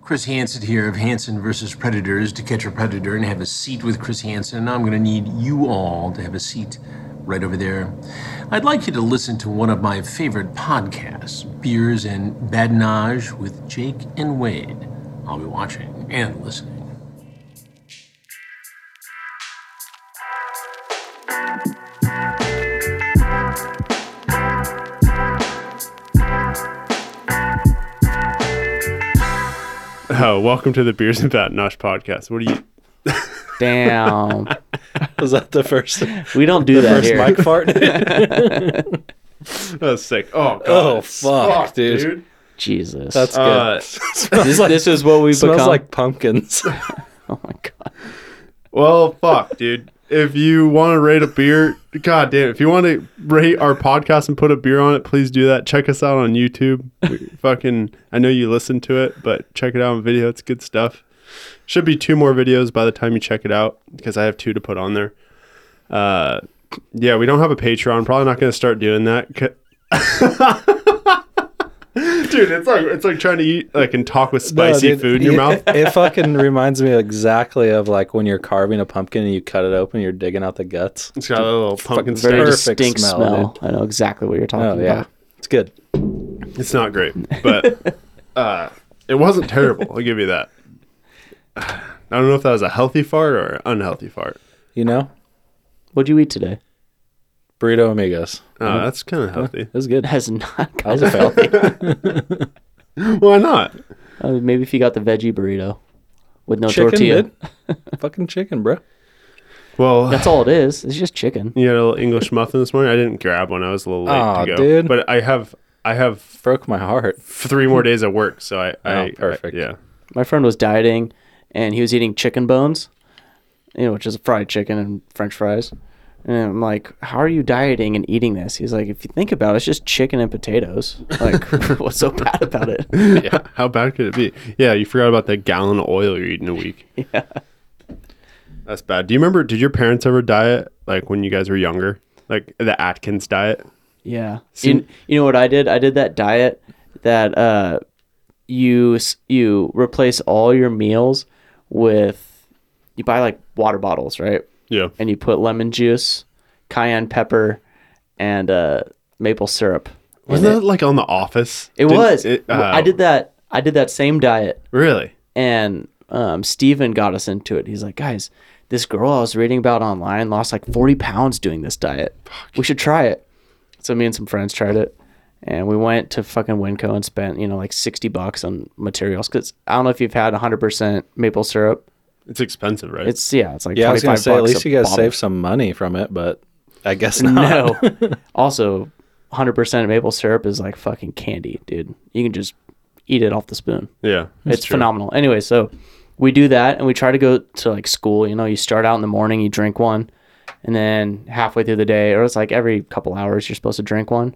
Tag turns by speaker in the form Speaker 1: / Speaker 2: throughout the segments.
Speaker 1: Chris Hansen here of Hansen versus Predators to catch a predator and have a seat with Chris Hansen. I'm going to need you all to have a seat right over there. I'd like you to listen to one of my favorite podcasts, Beers and Badinage with Jake and Wade. I'll be watching and listening.
Speaker 2: Oh, welcome to the Beers and Batinosh podcast. What do you?
Speaker 3: Damn.
Speaker 4: Was that the first
Speaker 3: We don't do that
Speaker 4: first
Speaker 3: here.
Speaker 4: mic fart?
Speaker 2: That's sick. Oh, God.
Speaker 4: Oh,
Speaker 2: It
Speaker 4: fuck,
Speaker 2: sucked,
Speaker 4: dude.
Speaker 3: Jesus. Oh
Speaker 4: That's good.
Speaker 2: Uh,
Speaker 4: smells
Speaker 3: this,
Speaker 4: like,
Speaker 3: this is what we
Speaker 4: smells
Speaker 3: become.
Speaker 4: like pumpkins.
Speaker 3: oh my god.
Speaker 2: well, fuck, dude. If you want to rate a beer, God damn. If you want to rate our podcast and put a beer on it, please do that. Check us out on YouTube. We fucking, I know you listen to it, but check it out on video. It's good stuff. Should be two more videos by the time you check it out because I have two to put on there. Uh, yeah, we don't have a Patreon. Probably not going to start doing that. c- Dude, it's like it's like trying to eat like and talk with
Speaker 4: No,
Speaker 2: spicy
Speaker 4: dude,
Speaker 2: food in your
Speaker 4: it-
Speaker 2: mouth.
Speaker 4: It fucking reminds me exactly of like when you're carving a pumpkin and you cut it open, you're digging out the guts.
Speaker 2: It's got a little pumpkin
Speaker 4: Very
Speaker 2: stuff.
Speaker 3: Very
Speaker 4: Perfect
Speaker 3: distinct
Speaker 4: smell,
Speaker 3: smell. I know exactly what you're talking
Speaker 4: Oh yeah,
Speaker 3: about.
Speaker 4: it's good.
Speaker 2: It's not great, but uh, it wasn't terrible. I'll give you that. I don't know if that was a healthy fart or an unhealthy fart.
Speaker 4: You know,
Speaker 3: What'd you eat today?
Speaker 4: burrito amigos.
Speaker 2: Uh, that's kind of healthy.
Speaker 4: It was good.
Speaker 3: That is not
Speaker 4: That was
Speaker 3: good.
Speaker 4: a fail.
Speaker 2: Why not?
Speaker 3: Uh, maybe if you got the veggie burrito with no
Speaker 4: chicken,
Speaker 3: tortilla.
Speaker 4: dude. fucking chicken, bro.
Speaker 2: Well,
Speaker 3: That's all it is. It's just chicken.
Speaker 2: you had a little English muffin this morning. I didn't grab one. I was a little late
Speaker 4: Aw,
Speaker 2: to go.
Speaker 4: dude.
Speaker 2: But I have I have
Speaker 4: Broke my heart.
Speaker 2: three more days of work, so I, I I-
Speaker 4: perfect.
Speaker 2: yeah.
Speaker 3: My friend was dieting and he was eating chicken bones, you know, which is fried chicken and french fries. And I'm like, how are you dieting and eating this? He's like, if you think about it, it's just chicken and potatoes. Like, what's so bad about it?
Speaker 2: yeah. How bad could it be? Yeah, you forgot about that gallon of oil you're eating a week. Yeah. That's bad. Do you remember? Did your parents ever diet like when you guys were younger, like the Atkins diet?
Speaker 3: Yeah. you, you know what I did? I did that diet that uh, you s- you replace all your meals with you buy like water bottles, right?
Speaker 2: Yeah.
Speaker 3: And you put lemon juice, cayenne pepper, and uh, maple syrup.
Speaker 2: Wasn't that like on The Office?
Speaker 3: It
Speaker 2: Didn't-
Speaker 3: was.
Speaker 2: it-
Speaker 3: W- I
Speaker 2: oh,
Speaker 3: did that. I did that same diet,
Speaker 2: Really?
Speaker 3: and um, Steven got us into it. He's like, guys, this girl I was reading about online lost like 40 pounds doing this diet. We should try it. So me and some friends tried it, and we went to fucking Winco and spent you know like 60 bucks on materials because I don't know if you've had 100% maple syrup.
Speaker 2: It's expensive, right?
Speaker 3: It's yeah, it's like
Speaker 4: Yeah, I was
Speaker 3: 25
Speaker 4: gonna say at
Speaker 3: bucks
Speaker 4: least
Speaker 3: a
Speaker 4: you guys
Speaker 3: bottle.
Speaker 4: saved some money from it, but I guess not.
Speaker 3: No. also, 100% maple syrup is like fucking candy, dude. You can just eat it off the spoon.
Speaker 2: yeah.
Speaker 3: it's phenomenal. Anyway, so we do that and we try to go to like school. You know, you start out in the morning, you drink one, and then halfway through the day, or it's like every couple hours, you're supposed to drink one.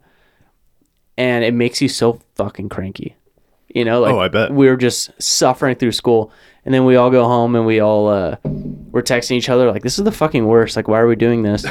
Speaker 3: And it makes you so fucking cranky. You know, like
Speaker 2: Oh, I bet.
Speaker 3: we were just suffering through school. And then we all go home and we all uh we're texting each other like this is the fucking worst. Like why are we doing this?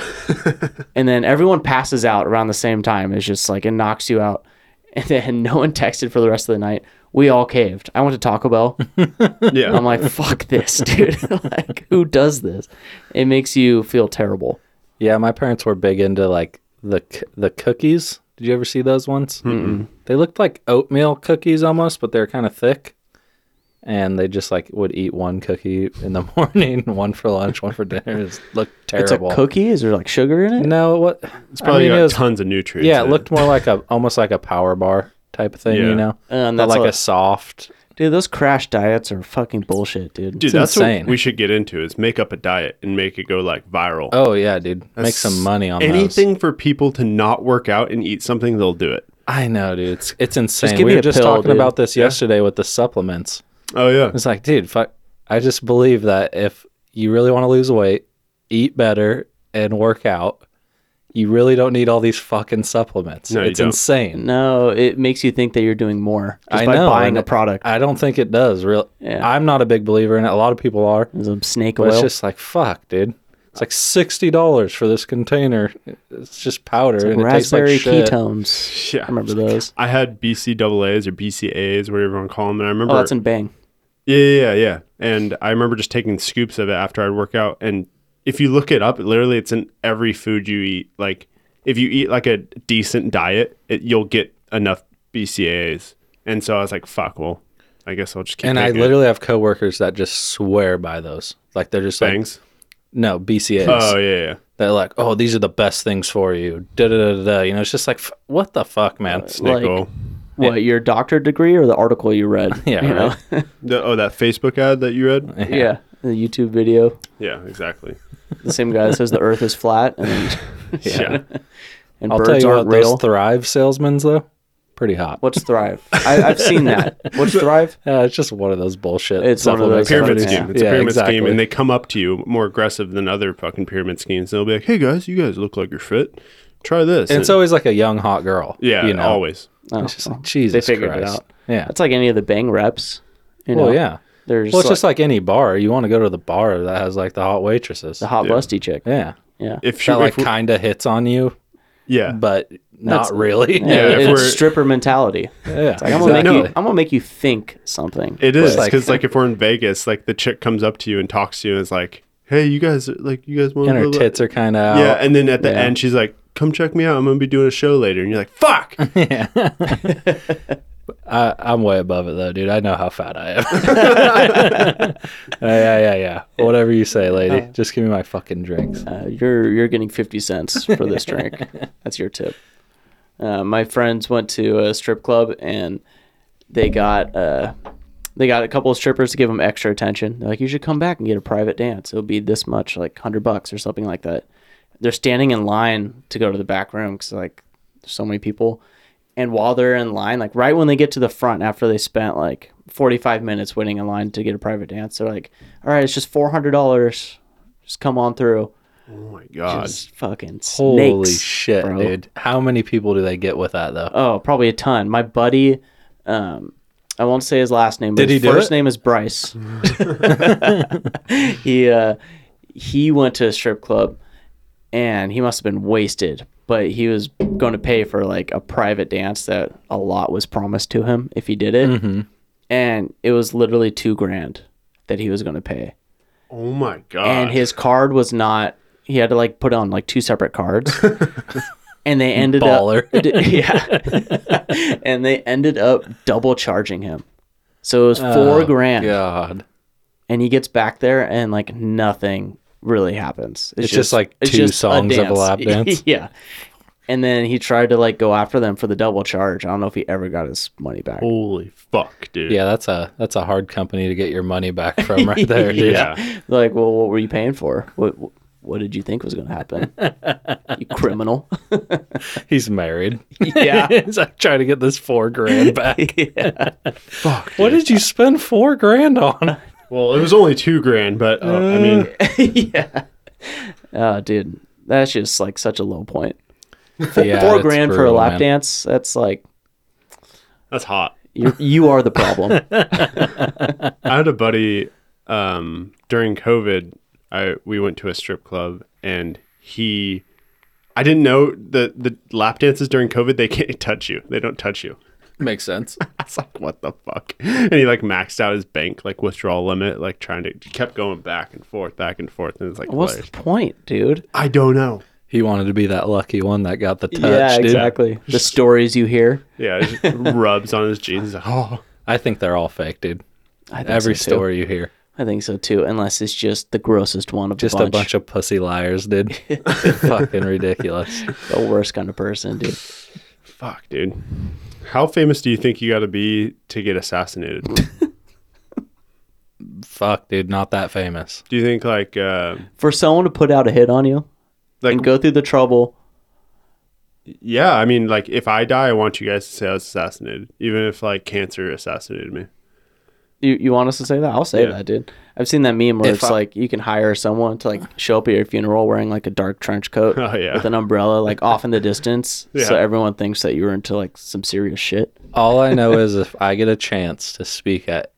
Speaker 3: and then everyone passes out around the same time. It's just like it knocks you out. And then no one texted for the rest of the night. We all caved. I went to Taco Bell.
Speaker 2: Yeah.
Speaker 3: I'm like, fuck this, dude. like, who does this? It makes you feel terrible.
Speaker 4: Yeah, my parents were big into like the c- the cookies. Did you ever see those ones? mm They looked like oatmeal cookies almost, but they're kind of thick. And they just like would eat one cookie in the morning, one for lunch, one for dinner. It looked
Speaker 3: It's a
Speaker 4: terrible.
Speaker 3: cookie. Is there like sugar in it?
Speaker 4: No, what? It's
Speaker 2: Probably
Speaker 4: I mean,
Speaker 2: got
Speaker 4: it was,
Speaker 2: tons of nutrients.
Speaker 4: yeah,
Speaker 2: in
Speaker 4: it looked more like a almost like a power bar type of thing,
Speaker 2: Yeah.
Speaker 4: you know,
Speaker 3: Uh, And
Speaker 4: But
Speaker 3: that's
Speaker 4: like
Speaker 3: all-
Speaker 4: a soft.
Speaker 3: Dude, those crash diets are fucking bullshit, dude.
Speaker 2: Dude,
Speaker 4: it's
Speaker 2: that's
Speaker 4: insane.
Speaker 2: what we should get into is make up a diet and make it go like viral.
Speaker 4: Oh yeah, dude, make some money on those.
Speaker 2: Anything for people to not work out and eat something, they'll do it.
Speaker 4: I know, dude. It's it's insane.
Speaker 3: give
Speaker 4: we
Speaker 3: me
Speaker 4: were
Speaker 3: a
Speaker 4: just
Speaker 3: pill,
Speaker 4: talking
Speaker 3: dude.
Speaker 4: about this yesterday with the supplements.
Speaker 2: Oh yeah.
Speaker 4: It's like, dude, fuck. I just believe that if you really want to lose weight, eat better and work out, you really don't need all these fucking supplements.
Speaker 2: No, you
Speaker 4: it's
Speaker 2: don't.
Speaker 4: insane.
Speaker 3: No, it makes you think that you're doing more just
Speaker 4: I
Speaker 3: by
Speaker 4: know,
Speaker 3: buying
Speaker 4: and
Speaker 3: a product.
Speaker 4: I don't think it does. Real.
Speaker 3: Yeah.
Speaker 4: I'm not a big believer in it. A lot of people are.
Speaker 3: There's a snake
Speaker 4: But
Speaker 3: oil.
Speaker 4: it's just like, fuck, dude. It's like sixty dollars for this container. It's just powder and it tastes like
Speaker 3: raspberry
Speaker 4: shit.
Speaker 3: ketones.
Speaker 2: Yeah.
Speaker 3: I remember those.
Speaker 2: I had BCAAs or BCAAs, whatever you want to call them, and I remember
Speaker 3: Oh, that's in Bang.
Speaker 2: Yeah, yeah, yeah, yeah. And I remember just taking scoops of it after I'd work out. And if you look it up, literally, it's in every food you eat. Like, if you eat like a decent diet, it, you'll get enough BCAAs. And so I was like, fuck, well, I guess I'll just keep.
Speaker 4: And I
Speaker 2: taking it.
Speaker 4: literally have coworkers that just swear by those. Like they're just like,
Speaker 2: bangs.
Speaker 4: no BCAs.
Speaker 2: oh yeah, yeah.
Speaker 4: They're like, oh, these are the best things for you. Da da da da. You know, it's just like, f- what the fuck, man.
Speaker 2: Snickle.
Speaker 3: What your doctorate degree or the article you read?
Speaker 4: Yeah,
Speaker 3: you know?
Speaker 2: The- oh, that Facebook ad that you
Speaker 4: Eh.
Speaker 2: read.
Speaker 3: yeah. The YouTube video,
Speaker 2: Yeah, exactly.
Speaker 3: the same guy that says the Earth is flat and
Speaker 2: Yeah.
Speaker 3: and
Speaker 4: I'll tell
Speaker 3: birds
Speaker 4: you what,
Speaker 3: aren't real.
Speaker 4: those Thrive salesmen's though, pretty hot.
Speaker 3: What's Thrive? I, I've seen that. What's Thrive?
Speaker 4: Yeah, it's just one of those bullshit.
Speaker 3: It's one of
Speaker 4: supplements
Speaker 3: those
Speaker 4: companies.
Speaker 2: pyramid
Speaker 3: Yeah.
Speaker 2: scheme. It's a
Speaker 4: Yeah,
Speaker 2: pyramid scheme,
Speaker 4: exactly.
Speaker 2: and they come up to you more aggressive than other fucking pyramid schemes. They'll be like, "Hey guys, you guys look like you're fit. Try this."
Speaker 4: And it's always like a young hot girl.
Speaker 2: yeah,
Speaker 4: you know,
Speaker 2: always.
Speaker 3: Oh,
Speaker 4: It's just like Jesus
Speaker 3: figured it
Speaker 4: Christ.
Speaker 3: out.
Speaker 4: Yeah.
Speaker 3: That's like any of the bang reps. You know?
Speaker 4: well, yeah.
Speaker 3: They're just,
Speaker 4: well, it's
Speaker 3: like,
Speaker 4: just like any bar. You want to go to the bar that has like the hot waitresses.
Speaker 3: the hot
Speaker 2: yeah.
Speaker 3: busty chick.
Speaker 4: yeah.
Speaker 3: Yeah.
Speaker 2: If she,
Speaker 4: That like
Speaker 2: if we-
Speaker 4: kind of hits on you,
Speaker 2: yeah,
Speaker 4: but not
Speaker 3: That's-
Speaker 4: really.
Speaker 2: Yeah, if
Speaker 3: it's
Speaker 2: we're-
Speaker 3: stripper mentality.
Speaker 4: Yeah.
Speaker 3: I'm gonna,
Speaker 2: Exactly.
Speaker 3: make you, I'm gonna make you think something.
Speaker 2: it is
Speaker 4: like-
Speaker 2: because like, if we're in Vegas, like the chick comes up to you and talks to you and is like, "Hey, you guys, like you guys want
Speaker 4: and her tits are kind of out.
Speaker 2: Yeah, and then at the
Speaker 3: Yeah.
Speaker 2: end, she's like, "Come check me out. I'm gonna be doing a show later," and you're like, "Fuck." Oh
Speaker 4: I, I'm way above it though, dude. I know how fat I am. yeah, yeah, yeah, yeah. Whatever you say, lady.
Speaker 3: Uh-huh.
Speaker 4: Just give me my fucking drinks.
Speaker 3: Uh, you're you're getting 50 cents for this drink. That's your tip. Uh, my friends went to a strip club and they got uh, they got a couple of strippers to give them extra attention. They're like, you should come back and get a private dance. It'll be this much, like 100 bucks or something like that. They're standing in line to go to the back room because like there's so many people. And while they're in line, like right when they get to the front after they spent like 45 minutes waiting in line to get a private dance, they're like, all right, it's just $400. Just come on through.
Speaker 2: oh my god.
Speaker 3: Just fucking snakes.
Speaker 4: Holy shit,
Speaker 3: bro.
Speaker 4: dude. How many people do they get with that though?
Speaker 3: Oh, probably a ton. My buddy, um, I won't say his last name, but
Speaker 4: Did
Speaker 3: his
Speaker 4: he do
Speaker 3: first
Speaker 4: it?
Speaker 3: name is Bryce. he uh, he went to a strip club, and he must have been wasted. But he was going to pay for like a private dance that a lot was promised to him if he did it,
Speaker 4: Mm-hmm.
Speaker 3: and it was literally two grand that he was going to pay
Speaker 2: Oh my god.
Speaker 3: and his card was not he had to like put on like two separate cards and they ended
Speaker 4: Baller.
Speaker 3: up yeah and they ended up double charging him so it was four
Speaker 4: Oh,
Speaker 3: grand
Speaker 4: God.
Speaker 3: and he gets back there and like nothing really happens
Speaker 4: It's just, like, two songs of a lap dance?
Speaker 3: yeah and then he tried to like go after them for the double charge i don't know if he ever got his money back
Speaker 2: holy fuck, dude.
Speaker 4: Yeah, that's a that's a hard company to get your money back from right there, dude.
Speaker 2: Yeah.
Speaker 3: like well what were you paying for what what did you think was going to happen you criminal
Speaker 4: He's married.
Speaker 3: yeah
Speaker 4: He's like trying to get this four grand back.
Speaker 3: yeah
Speaker 4: what did you spend four grand on?
Speaker 2: Well, it was only two grand, but uh, I mean,
Speaker 3: yeah. Oh, dude, that's just like such a low point.
Speaker 4: Yeah,
Speaker 3: Four
Speaker 4: it's
Speaker 3: grand for a
Speaker 4: brutal,
Speaker 3: lap
Speaker 4: man.
Speaker 3: dance. That's like
Speaker 2: that's hot.
Speaker 3: you you are the problem.
Speaker 2: I had a buddy um, during COVID. I we went to a strip club and he, I didn't know the the lap dances during COVID. They can't touch you. They don't touch you.
Speaker 4: Makes sense.
Speaker 2: I was like, what the fuck? And he like maxed out his bank like withdrawal limit, like trying to he kept going back and forth, back and forth, and it's like,
Speaker 3: What's
Speaker 2: hilarious.
Speaker 3: the point, dude?
Speaker 2: I don't know.
Speaker 4: He wanted to be that lucky one that got the touch, dude.
Speaker 3: The stories you hear.
Speaker 2: Yeah, it just rubs on his jeans. He's like, oh,
Speaker 4: I think they're all fake, dude.
Speaker 3: I think
Speaker 4: Every
Speaker 3: so, too.
Speaker 4: story you hear.
Speaker 3: I think so too, unless it's just the grossest one of
Speaker 4: Just
Speaker 3: the
Speaker 4: a
Speaker 3: bunch.
Speaker 4: bunch of pussy liars, dude. Fucking ridiculous.
Speaker 3: the worst kind of person, dude.
Speaker 2: fuck, dude. How famous do you think you got to be to get assassinated?
Speaker 4: Fuck, dude. Not that famous.
Speaker 2: do you think like uh,
Speaker 3: For someone to put out a hit on you
Speaker 2: like
Speaker 3: and go through the trouble,
Speaker 2: Yeah, I mean, like if I die, I want you guys to say I was assassinated, even if like cancer assassinated me.
Speaker 3: you, you want us to say that? I'll say
Speaker 2: Yeah.
Speaker 3: that, dude. I've seen that meme where
Speaker 4: If
Speaker 3: it's
Speaker 4: I-
Speaker 3: like you can hire someone to like show up at your funeral wearing like a dark trench coat
Speaker 2: Oh, yeah.
Speaker 3: with an umbrella like off in the distance, so
Speaker 2: Yeah.
Speaker 3: everyone thinks that you were into like some serious shit.
Speaker 4: All I know is if I get a chance to speak at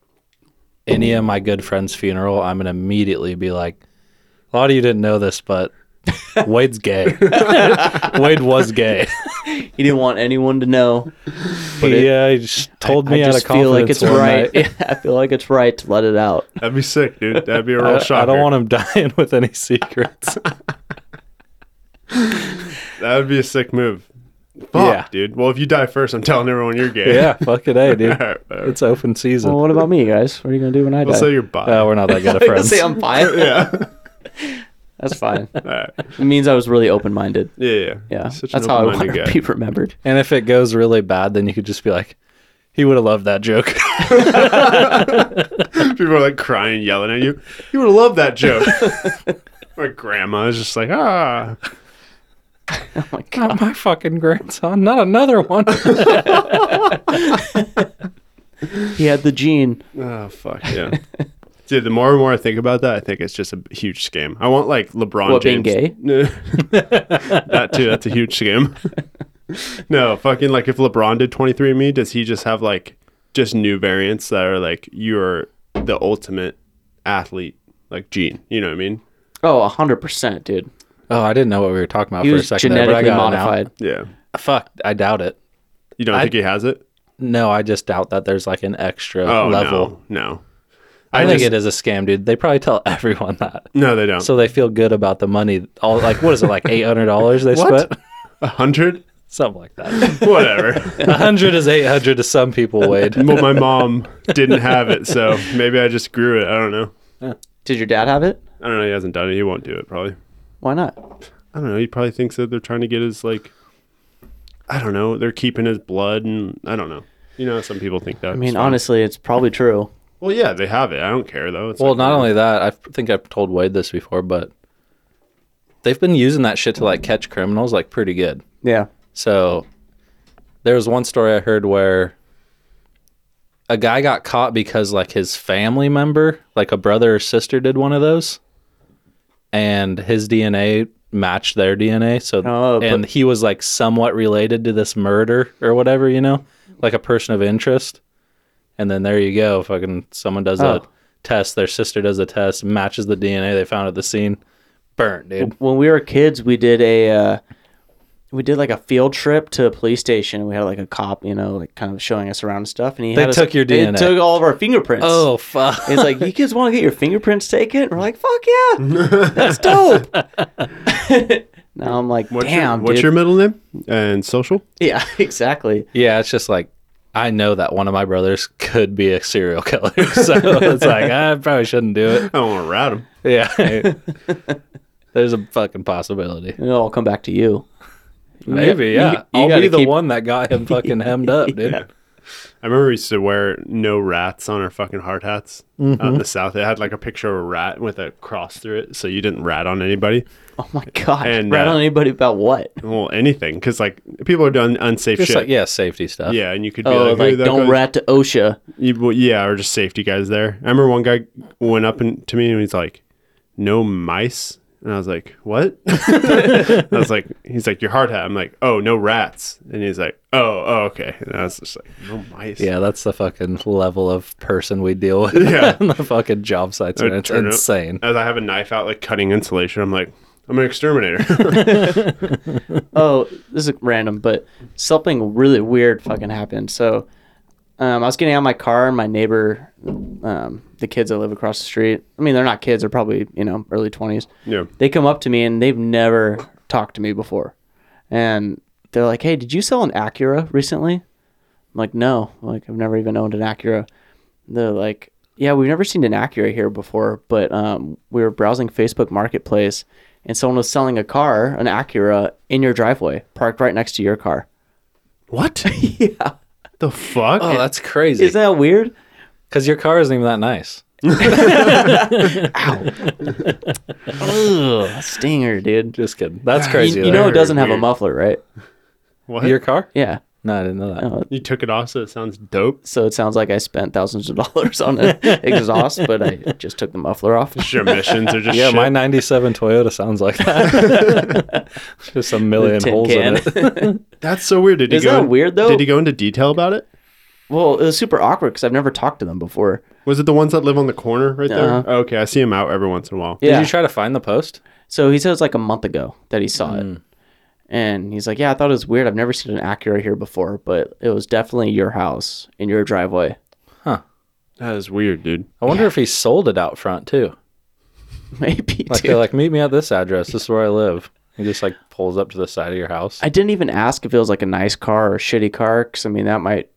Speaker 4: any of my good friends' funeral, I'm gonna immediately be like, "A lot of you didn't know this, but Wade's gay. Wade was gay."
Speaker 3: He didn't want anyone to know. But it-
Speaker 4: yeah, he just told
Speaker 3: I
Speaker 4: me out of
Speaker 3: just feel
Speaker 4: confidence.
Speaker 3: like it's
Speaker 4: one
Speaker 3: right.
Speaker 4: night.
Speaker 3: Yeah, I feel like it's right to let it out.
Speaker 2: That'd be sick, dude. That'd be a real shocker.
Speaker 4: I, I don't want him dying with any secrets.
Speaker 2: That would be a sick move. Fuck,
Speaker 4: Yeah.
Speaker 2: dude. Well, if you die first, I'm telling everyone you're gay.
Speaker 4: yeah, fuck it, hey, dude.
Speaker 2: All right, whatever.
Speaker 4: It's open season.
Speaker 3: Well, what about me, guys? What are you gonna do when I
Speaker 2: We'll
Speaker 3: die?
Speaker 2: say you're bi.
Speaker 4: Oh, we're not that good of
Speaker 3: I'm gonna
Speaker 4: friends.
Speaker 3: say I'm fine.
Speaker 2: yeah.
Speaker 3: That's fine.
Speaker 2: All right.
Speaker 3: It means I was really open minded.
Speaker 2: Yeah. Yeah.
Speaker 3: Yeah,
Speaker 2: Such
Speaker 3: that's
Speaker 2: an
Speaker 3: how I
Speaker 2: open-minded
Speaker 3: want to
Speaker 2: guy.
Speaker 3: be remembered.
Speaker 4: and if it goes really bad, then you could just be like, he would have loved that joke.
Speaker 2: People are like crying, yelling at you. You would have loved that joke. My grandma is just like, ah.
Speaker 3: Oh my god.
Speaker 4: not my fucking grandson. Not another one.
Speaker 3: He had the gene.
Speaker 2: Oh fuck yeah. Dude, the more and more I think about that, I think it's just a huge scam. I want like LeBron
Speaker 3: What, being
Speaker 2: James. gay? that too. That's a huge scam. no, fucking like if LeBron did 23andMe, does he just have like just new variants that are like you're the ultimate athlete like gene? You know what I mean?
Speaker 3: Oh, hundred percent, dude.
Speaker 4: oh, I didn't know what we were talking about
Speaker 3: He
Speaker 4: for a
Speaker 3: was
Speaker 4: second. there, but I
Speaker 3: genetically
Speaker 4: got it now.
Speaker 3: modified.
Speaker 2: Yeah.
Speaker 4: Fuck, I doubt it.
Speaker 2: You don't think he has it?
Speaker 4: No, I just doubt that there's like an extra
Speaker 2: Oh
Speaker 4: level.
Speaker 2: no, no.
Speaker 4: I, think
Speaker 2: just-
Speaker 4: it is a scam, dude. They probably tell everyone that.
Speaker 2: No, they don't.
Speaker 4: So they feel good about the money. All like what is it, like eight hundred dollars they
Speaker 2: What?
Speaker 4: spent?
Speaker 2: a hundred?
Speaker 4: Something like that.
Speaker 2: Whatever.
Speaker 4: A hundred is eight hundred to some people, Wade.
Speaker 2: well, my mom didn't have it, so maybe I just grew it. I don't know.
Speaker 3: Did your dad have it?
Speaker 2: I don't know. He hasn't done it. He won't do it. Probably.
Speaker 3: Why not?
Speaker 2: I don't know. He probably thinks that they're trying to get his like. I don't know. They're keeping his blood, and I don't know. You know, some people think that.
Speaker 3: I mean, honestly, it's probably true.
Speaker 2: well, yeah, they have it. I don't care though. It's
Speaker 4: Well,
Speaker 2: like-
Speaker 4: not only that, I think I've told Wade this before, but they've been using that shit to like catch criminals like pretty good.
Speaker 3: Yeah.
Speaker 4: So there was one story I heard where a guy got caught because like his family member, like a brother or sister did one of those and his DNA matched their DNA. So
Speaker 3: Oh, but-
Speaker 4: and he was like somewhat related to this murder or whatever, you know, like a person of interest. And then there you go. Fucking someone does
Speaker 3: Oh.
Speaker 4: a test, their sister does a test, matches the DNA they found at the scene. Burn, dude.
Speaker 3: When we were kids, we did a uh, we did like a field trip to a police station. We had like a cop, you know, like kind of showing us around and stuff. And he
Speaker 4: They
Speaker 3: had us-
Speaker 4: took your
Speaker 3: they
Speaker 4: DNA.
Speaker 3: took all of our fingerprints.
Speaker 4: Oh fuck.
Speaker 3: And He's like, you kids want to get your fingerprints taken? We're like, fuck yeah, that's dope. now I'm like,
Speaker 2: What's
Speaker 3: damn,
Speaker 2: your, what's
Speaker 3: dude.
Speaker 2: your middle name and social?
Speaker 3: yeah, exactly.
Speaker 4: Yeah, it's just like I know that one of my brothers could be a serial killer, so it's like I probably shouldn't do it.
Speaker 2: I don't want to rat him.
Speaker 4: Yeah, there's a fucking possibility.
Speaker 3: It'll all come back to you.
Speaker 4: Maybe,
Speaker 3: you-
Speaker 4: yeah.
Speaker 3: you
Speaker 4: I'll be
Speaker 3: gotta
Speaker 4: the
Speaker 3: keep-
Speaker 4: one that got him fucking hemmed up, dude.
Speaker 2: I remember we used to wear no rats on our fucking hard hats
Speaker 3: Mm-hmm.
Speaker 2: out in the south. It had like a picture of a rat with a cross through it, so you didn't rat on anybody.
Speaker 3: Oh my god!
Speaker 2: And,
Speaker 3: Rat
Speaker 2: uh,
Speaker 3: on anybody about what?
Speaker 2: Well, anything, because like people are doing unsafe
Speaker 4: Just
Speaker 2: shit.
Speaker 4: like yeah, safety stuff.
Speaker 2: Yeah, and you could be
Speaker 3: Oh,
Speaker 2: like,
Speaker 3: like,
Speaker 2: "Hey, that
Speaker 3: don't
Speaker 2: guy's-
Speaker 3: rat to OSHA.
Speaker 2: You- well, yeah, or just safety guys there. I remember one guy went up and, to me and he's like, "No mice," and I was like, "What?" I was like, "He's like your hard hat." I'm like, "Oh, no rats," and he's like, "Oh, oh, okay." And I was just like, "No mice."
Speaker 4: Yeah, that's the fucking level of person we deal with yeah.
Speaker 2: Yeah.
Speaker 4: on the fucking job sites,
Speaker 2: I
Speaker 4: and it's
Speaker 2: turn it-
Speaker 4: insane.
Speaker 2: As I have a knife out, like cutting insulation, I'm like, "I'm an exterminator."
Speaker 3: Oh, this is random, but something really weird fucking happened. So, um, I was getting out of my car, and my neighbor, um, the kids that live across the street. I mean, they're not kids; they're probably you know early twenties.
Speaker 2: yeah.
Speaker 3: They come up to me and they've never talked to me before, and they're like, "Hey, did you sell an Acura recently?" I'm like, "No, like I've never even owned an Acura." They're like, "Yeah, we've never seen an Acura here before, but um, we were browsing Facebook Marketplace, and someone was selling a car, an Acura, in your driveway, parked right next to your car.
Speaker 2: What? yeah. The fuck?
Speaker 4: Oh, that's crazy.
Speaker 3: Is that weird?"
Speaker 4: Because your car isn't even that nice.
Speaker 3: Ugh, stinger, dude.
Speaker 4: Just kidding. That's crazy.
Speaker 3: You, you know
Speaker 4: though.
Speaker 3: it doesn't have a
Speaker 2: Weird.
Speaker 3: muffler, right?
Speaker 2: what?
Speaker 4: your car?
Speaker 3: Yeah. Oh,
Speaker 4: No, I didn't know that.
Speaker 2: you took it off, so it sounds dope.
Speaker 3: So it sounds like I spent thousands of dollars on an exhaust, but I just took the muffler off.
Speaker 2: Your emissions are just
Speaker 4: Yeah,
Speaker 2: shit.
Speaker 4: my 97 Toyota sounds like that. Just a million
Speaker 3: Tin
Speaker 4: holes in
Speaker 3: can.
Speaker 4: it.
Speaker 2: That's so weird. Did he
Speaker 3: Is
Speaker 2: go
Speaker 3: that
Speaker 2: in-
Speaker 3: weird, though?
Speaker 2: Did he go into detail about it?
Speaker 3: Well, it was super awkward because I've never talked to them before.
Speaker 2: Was it the ones that live on the corner right
Speaker 3: Uh-huh.
Speaker 2: there? Oh, okay, I see them out every once in a while.
Speaker 3: Yeah.
Speaker 4: Did you try to find the post? Mm.
Speaker 3: so he said it was like a month ago that he saw it, And he's like, Yeah, I thought it was weird. I've never seen an Acura here before, but it was definitely your house in your driveway.
Speaker 2: That is weird, dude.
Speaker 4: I wonder if he sold it out front too.
Speaker 3: Maybe.
Speaker 4: Like
Speaker 3: dude.
Speaker 4: they're like, meet me at this address. This is where I live. He just like pulls up to the side of your house.
Speaker 3: I didn't even ask if it was like a nice car or a shitty car, because I mean that might,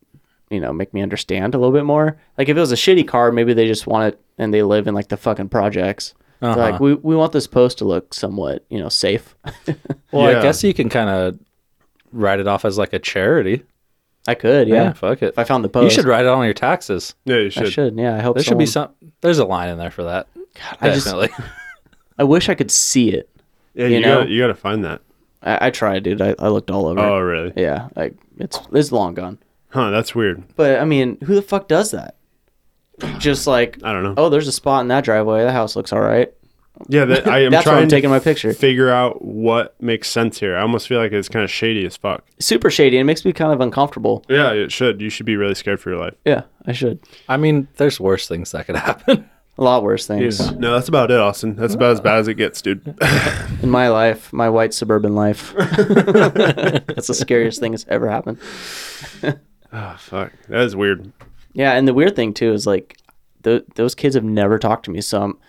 Speaker 3: you know, make me understand a little bit more. Like if it was a shitty car, maybe they just want it and they live in like the fucking projects. They're
Speaker 4: Uh-huh.
Speaker 3: like we we want this post to look somewhat, you know, safe.
Speaker 4: well,
Speaker 2: Yeah.
Speaker 4: I guess you can kind of write it off as like a charity.
Speaker 3: I could, yeah.
Speaker 4: Yeah, fuck it.
Speaker 3: If I found the
Speaker 4: you
Speaker 3: post,
Speaker 4: should write it on your taxes.
Speaker 2: Yeah, you
Speaker 3: I
Speaker 2: should.
Speaker 3: should, yeah. I hope
Speaker 4: There should be
Speaker 3: someone-
Speaker 4: some. There's a line in there for that.
Speaker 3: I just-
Speaker 4: Definitely.
Speaker 3: I wish I could see it.
Speaker 2: Yeah,
Speaker 3: You
Speaker 2: you,
Speaker 3: know?
Speaker 2: gotta, you gotta find that.
Speaker 3: I, I tried, dude. I, I looked all over.
Speaker 2: Oh,
Speaker 3: it.
Speaker 2: really?
Speaker 3: Yeah, like it's it's long gone.
Speaker 2: Huh? That's weird.
Speaker 3: But I mean, who the fuck does that? Just like
Speaker 2: I don't know.
Speaker 3: Oh, there's a spot in that driveway. That house looks all right.
Speaker 2: Yeah, that, I am
Speaker 3: That's why I'm
Speaker 2: trying to
Speaker 3: taking my picture.
Speaker 2: Figure out what makes sense here. I almost feel like it's kind of shady as fuck.
Speaker 3: Super shady. It makes me kind of uncomfortable.
Speaker 2: Yeah, it should. You should be really scared for your life.
Speaker 3: Yeah, I should.
Speaker 4: I mean, there's worse things that could happen.
Speaker 3: A lot worse things
Speaker 2: No, that's about it, Austin. That's about as bad as it gets, dude.
Speaker 3: in my life, my white suburban life. That's the scariest thing that's ever happened. Ah,
Speaker 2: oh, fuck, that is weird.
Speaker 3: Yeah, and the weird thing too is like th- those kids have never talked to me, so I'm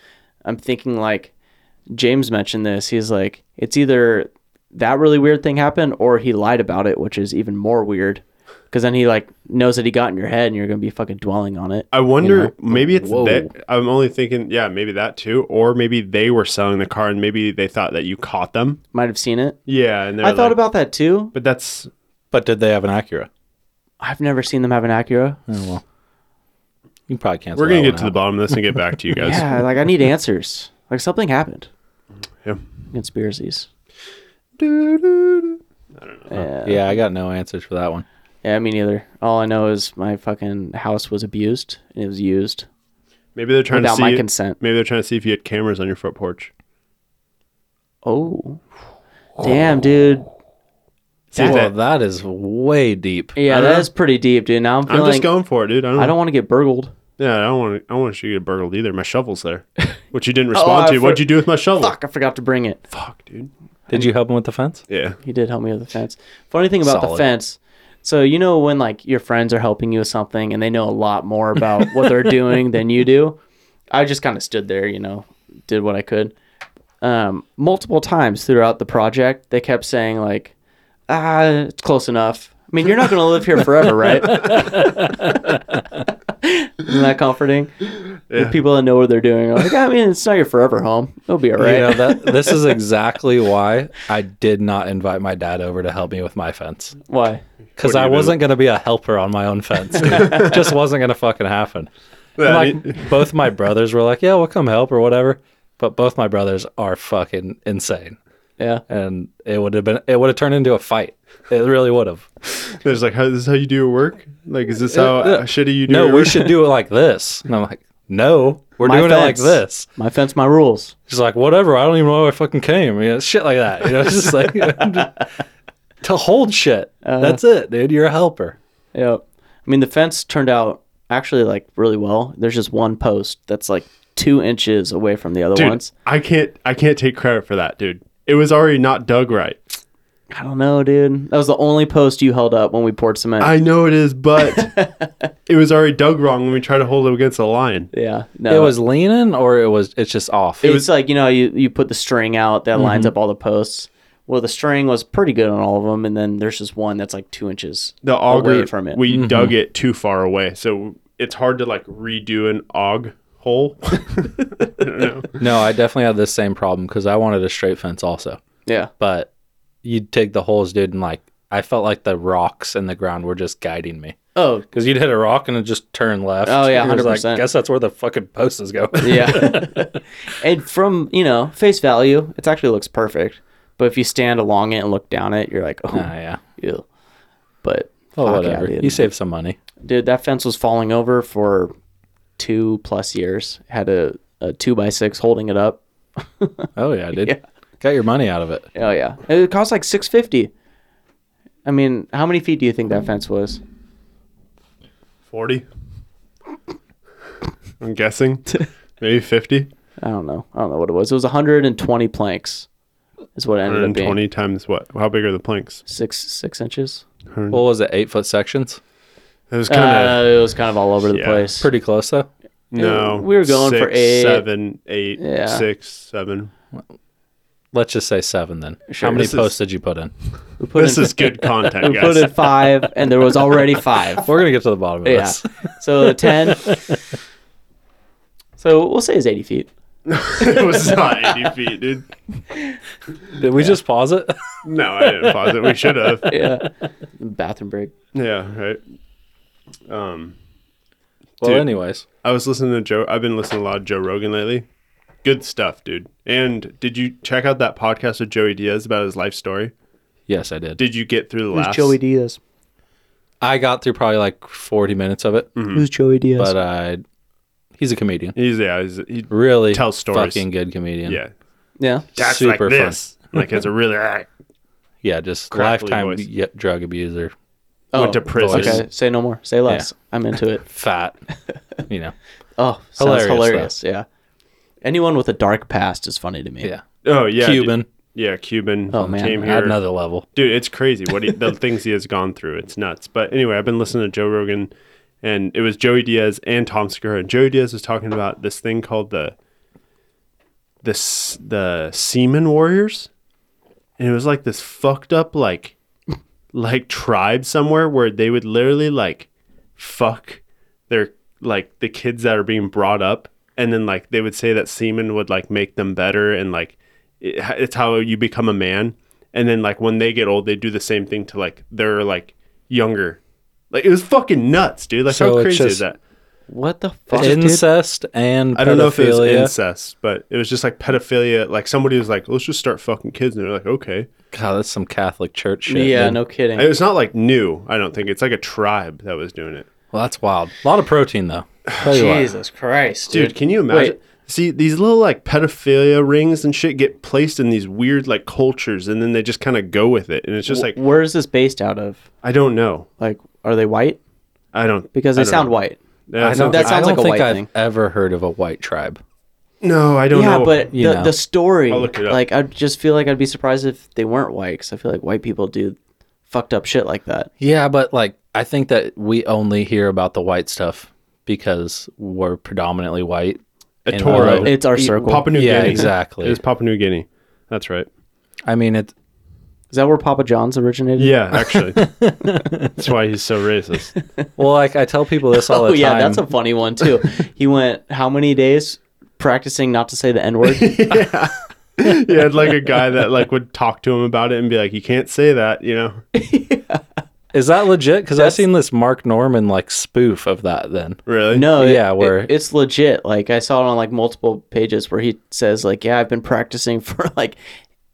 Speaker 3: I'm thinking like James mentioned this. He's like, it's either that really weird thing happened or he lied about it, which is even more weird. Because then he like knows that he got in your head, and you're gonna be fucking dwelling on it.
Speaker 2: I wonder. Maybe it's
Speaker 3: Whoa.
Speaker 2: that. I'm only thinking. Yeah, maybe that too. Or maybe they were selling the car and maybe they thought that you caught them.
Speaker 3: Might have seen it.
Speaker 2: Yeah, and they're
Speaker 3: I thought
Speaker 2: like-
Speaker 3: about that too.
Speaker 2: But that's
Speaker 4: But did they have an Acura?
Speaker 3: I've never seen them have an Acura.
Speaker 4: You can probably cancel.
Speaker 2: we're gonna
Speaker 4: that
Speaker 2: get
Speaker 4: one
Speaker 2: to the
Speaker 4: out.
Speaker 2: bottom of this and get back to you guys.
Speaker 3: Yeah, like I need answers. Like something happened.
Speaker 2: Yeah.
Speaker 3: Conspiracies.
Speaker 2: Doo-doo-doo.
Speaker 3: Yeah.
Speaker 4: Yeah, I got no answers for that one.
Speaker 3: Yeah, me neither. All I know is my fucking house was abused and it was used.
Speaker 2: Maybe they're trying
Speaker 3: Without
Speaker 2: to see
Speaker 3: my consent.
Speaker 2: Maybe they're trying to see if you had cameras on your front porch.
Speaker 3: Oh. Damn, dude.
Speaker 2: See if
Speaker 4: Well,
Speaker 2: that-
Speaker 4: that is way deep.
Speaker 3: Yeah, that is pretty deep, dude. Now I'm
Speaker 2: Uh-huh. I'm
Speaker 3: feeling
Speaker 2: just going for it, dude. I don't.
Speaker 3: I don't want to get burgled.
Speaker 2: yeah, I don't want. To, I don't want to shoot you burgled either. My shovel's there, which you didn't
Speaker 3: I
Speaker 2: respond to.
Speaker 3: for-
Speaker 2: What'd you do with my shovel?
Speaker 3: Fuck, I forgot to bring it.
Speaker 2: Fuck, dude.
Speaker 4: Did you help him with the fence?
Speaker 2: Yeah.
Speaker 3: He did help me with the fence. Funny thing about the
Speaker 4: Solid.
Speaker 3: fence. So you know when like your friends are helping you with something and they know a lot more about what they're doing than you do. I just kind of stood there, you know, did what I could. Um, multiple times throughout the project, they kept saying like, "Ah, it's close enough." I mean, you're not going to live here forever, right? Isn't that comforting? The people that know what they're doing are like, I mean, it's not your forever home. It'll be all right.
Speaker 4: You know that this is exactly why I did not invite my dad over to help me with my fence
Speaker 3: Why?
Speaker 2: What
Speaker 4: because
Speaker 2: do
Speaker 4: I
Speaker 2: you do?
Speaker 4: wasn't going to be a helper on my own fence. It just wasn't going to fucking happen. And, like both my brothers were like, "Yeah, we'll come help or whatever," but both my brothers are fucking insane,
Speaker 3: Yeah.
Speaker 4: and it would have been it would have turned into a fight. It really would have.
Speaker 2: There's like, how, is this how you do your work? Like, is this how
Speaker 4: uh,
Speaker 2: shitty you do?
Speaker 4: No,
Speaker 2: your
Speaker 4: we
Speaker 2: work?
Speaker 4: should do it like this. And I'm like, "No, we're
Speaker 3: My
Speaker 4: doing it like
Speaker 3: fence.
Speaker 4: this."
Speaker 3: My fence, my rules.
Speaker 4: She's like, whatever. I don't even know where I fucking came. You know, shit like that. You know, it's just like to hold shit. That's it, dude. You're a helper.
Speaker 3: Yep. I mean, the fence turned out actually like really well. There's just one post that's like two inches away from the other
Speaker 2: dude.
Speaker 3: ones.
Speaker 2: I can't. I can't take credit for that, dude. It was already not dug right.
Speaker 3: I don't know, dude. That was the only post you held up when we poured cement.
Speaker 2: I know it is, but it was already dug wrong when we tried to hold it against a line.
Speaker 3: yeah. No.
Speaker 4: it was leaning, or Uh-huh. it was. Mm-hmm. It's just off.
Speaker 3: It's like you know you you put the string out that lines up all the posts. Well, the string was pretty good on all of them, and then there's just one that's like two inches.
Speaker 2: The auger,
Speaker 3: Away from it. Mm-hmm.
Speaker 2: we dug it too far away, so it's hard to like redo an aug hole.
Speaker 4: no, I definitely had this same problem because I wanted a straight fence also,
Speaker 3: Yeah.
Speaker 4: but you'd dig the holes, dude, and like I felt like the rocks in the ground were just guiding me
Speaker 3: Oh.
Speaker 4: because you'd hit a rock and it just turned left.
Speaker 3: Oh, yeah,
Speaker 4: It was
Speaker 3: 100%.
Speaker 4: Like, Guess that's where the fucking post is going.
Speaker 3: Yeah. and from you know face value, it actually looks perfect. But if you stand along it and look down it, you're like, oh,
Speaker 4: Ah, yeah.
Speaker 3: ew. But
Speaker 4: Oh,
Speaker 3: fuck yeah,
Speaker 4: whatever.
Speaker 3: dude.
Speaker 4: you save some money.
Speaker 3: dude that fence was falling over for two plus years had a, a two by six holding it up
Speaker 4: Oh yeah, dude. Got your money out of it.
Speaker 3: oh yeah it cost like 650 i mean how many feet do you think that fence was
Speaker 2: Forty. I'm guessing, maybe fifty.
Speaker 3: i don't know i don't know what it was it was 120 planks is what it ended up being.
Speaker 2: 120 times what? How big are the planks?
Speaker 3: Six six inches.
Speaker 4: What was it? Eight foot sections.
Speaker 2: It was kind of
Speaker 3: uh, it was kind of all over the
Speaker 2: yeah,
Speaker 3: place.
Speaker 4: Pretty close though.
Speaker 2: no.
Speaker 3: we were going for
Speaker 2: six,
Speaker 3: eight.
Speaker 2: seven, eight,
Speaker 3: Yeah.
Speaker 2: six, seven.
Speaker 4: Let's just say seven then.
Speaker 3: Sure.
Speaker 4: How many
Speaker 2: This is-
Speaker 4: posts did you put in?
Speaker 3: we put
Speaker 2: this
Speaker 3: in,
Speaker 2: is good content,
Speaker 3: we
Speaker 2: guys.
Speaker 3: put in five, and there was already five.
Speaker 4: We're gonna get to the bottom of
Speaker 3: yeah.
Speaker 4: this.
Speaker 3: So ten. So we'll say is eighty feet.
Speaker 2: it was not 80 feet, dude.
Speaker 4: Did we just pause it?
Speaker 2: No, I didn't pause it. We should have.
Speaker 3: Yeah. Uh, Bathroom break.
Speaker 2: Yeah, right. Um,
Speaker 4: well,
Speaker 2: Dude.
Speaker 4: anyways,
Speaker 2: I was listening to Joe. I've been listening to a lot of Joe Rogan lately. Good stuff, dude. And did you check out that podcast with Joey Diaz about his life story?
Speaker 4: yes, I did.
Speaker 2: Did you get through the
Speaker 3: Who's
Speaker 2: last?
Speaker 3: Joey Diaz?
Speaker 4: I got through probably like forty minutes of it,
Speaker 2: Mm-hmm.
Speaker 3: Who's Joey Diaz?
Speaker 4: but I. He's a comedian.
Speaker 2: He's yeah. He's, he,
Speaker 4: Really
Speaker 2: Tells stories.
Speaker 4: Fucking good comedian.
Speaker 2: yeah.
Speaker 3: yeah.
Speaker 2: That's
Speaker 4: Super
Speaker 2: like this. like it's a really
Speaker 4: Yeah, just
Speaker 2: Crackly
Speaker 4: lifetime
Speaker 2: voice.
Speaker 4: y- drug abuser,
Speaker 3: Oh,
Speaker 2: went to prison.
Speaker 3: Okay. Say no more. Say less. I'm into it.
Speaker 4: fat. you know.
Speaker 3: Oh, sounds
Speaker 4: Hilarious, though.
Speaker 3: hilarious. Yeah. Anyone with a dark past is funny to me.
Speaker 4: Yeah.
Speaker 2: Oh yeah. dude.
Speaker 4: Cuban.
Speaker 2: Yeah, Cuban.
Speaker 3: Oh, man.
Speaker 2: Came
Speaker 4: At
Speaker 2: here.
Speaker 4: another level.
Speaker 2: dude it's crazy what he, the things he has gone through it's nuts but anyway i've been listening to joe rogan and it was joey diaz and tom segura and joey diaz was talking about this thing called the this the seaman warriors and it was like this fucked up like like tribe somewhere where they would literally like fuck their like the kids that are being brought up and then like they would say that semen would like make them better and like it, it's how you become a man and then like when they get old they do the same thing to like their like younger like it was fucking nuts dude like
Speaker 4: So
Speaker 2: how
Speaker 4: it's
Speaker 2: crazy is
Speaker 4: just-
Speaker 2: that
Speaker 3: What the fuck? dude?
Speaker 4: Incest and
Speaker 2: i don't know if it was
Speaker 4: pedophilia.
Speaker 2: incest but it was just like pedophilia like somebody was like let's just start fucking kids and they're like okay
Speaker 4: God, that's some Catholic church shit.
Speaker 3: Yeah,
Speaker 4: dude.
Speaker 3: no kidding.
Speaker 2: And it's not like new i don't think it's like a tribe that was doing it
Speaker 4: Well, that's wild. A lot of protein though. Tell you what.
Speaker 3: Jesus Christ,
Speaker 2: Dude, can you imagine?
Speaker 3: Wait.
Speaker 2: See, these little like pedophilia rings and shit get placed in these weird like cultures and then they just kind of go with it. And it's just like,
Speaker 3: Where is this based out of?
Speaker 2: I don't know.
Speaker 3: Like, are they white?
Speaker 2: I don't.
Speaker 3: Because they
Speaker 2: I don't
Speaker 3: sound
Speaker 2: know.
Speaker 3: white.
Speaker 2: Yeah,
Speaker 4: I
Speaker 3: That
Speaker 4: don't, that
Speaker 2: that's,
Speaker 3: sounds
Speaker 4: I don't
Speaker 3: like a
Speaker 4: think
Speaker 3: white
Speaker 4: I've
Speaker 3: thing.
Speaker 4: ever heard of a white tribe.
Speaker 2: no, I don't
Speaker 3: Yeah,
Speaker 2: know.
Speaker 3: but
Speaker 4: you
Speaker 3: the,
Speaker 4: know.
Speaker 3: the story,
Speaker 2: I'll look it up.
Speaker 3: like, I just feel like I'd be surprised if they weren't white, because I feel like white people do fucked up shit like that.
Speaker 4: Yeah, but like I think that we only hear about the white stuff because we're predominantly white.
Speaker 2: a
Speaker 4: and
Speaker 2: Toro. E,
Speaker 4: other-
Speaker 3: It's our circle.
Speaker 2: Papua New
Speaker 4: Yeah,
Speaker 2: Guinea.
Speaker 4: exactly.
Speaker 2: It's Papua New Guinea. That's right.
Speaker 4: I mean, it.
Speaker 3: Is that where Papa John's originated?
Speaker 2: Yeah, actually. that's why he's so racist.
Speaker 4: Well, like I tell people this all
Speaker 3: Oh
Speaker 4: the time.
Speaker 3: yeah, that's a funny one too. he went how many days practicing not to say the n word?
Speaker 2: He had like a guy that like would talk to him about it and be like, you can't say that, you know?
Speaker 4: Is that legit? Because I've
Speaker 3: That's-
Speaker 4: seen this Mark Norman like spoof of that. Then
Speaker 2: Really?
Speaker 3: No, it-
Speaker 4: Yeah,
Speaker 3: it-
Speaker 4: where-
Speaker 3: it's legit. Like I saw it on like multiple pages where he says like, "Yeah, I've been practicing for like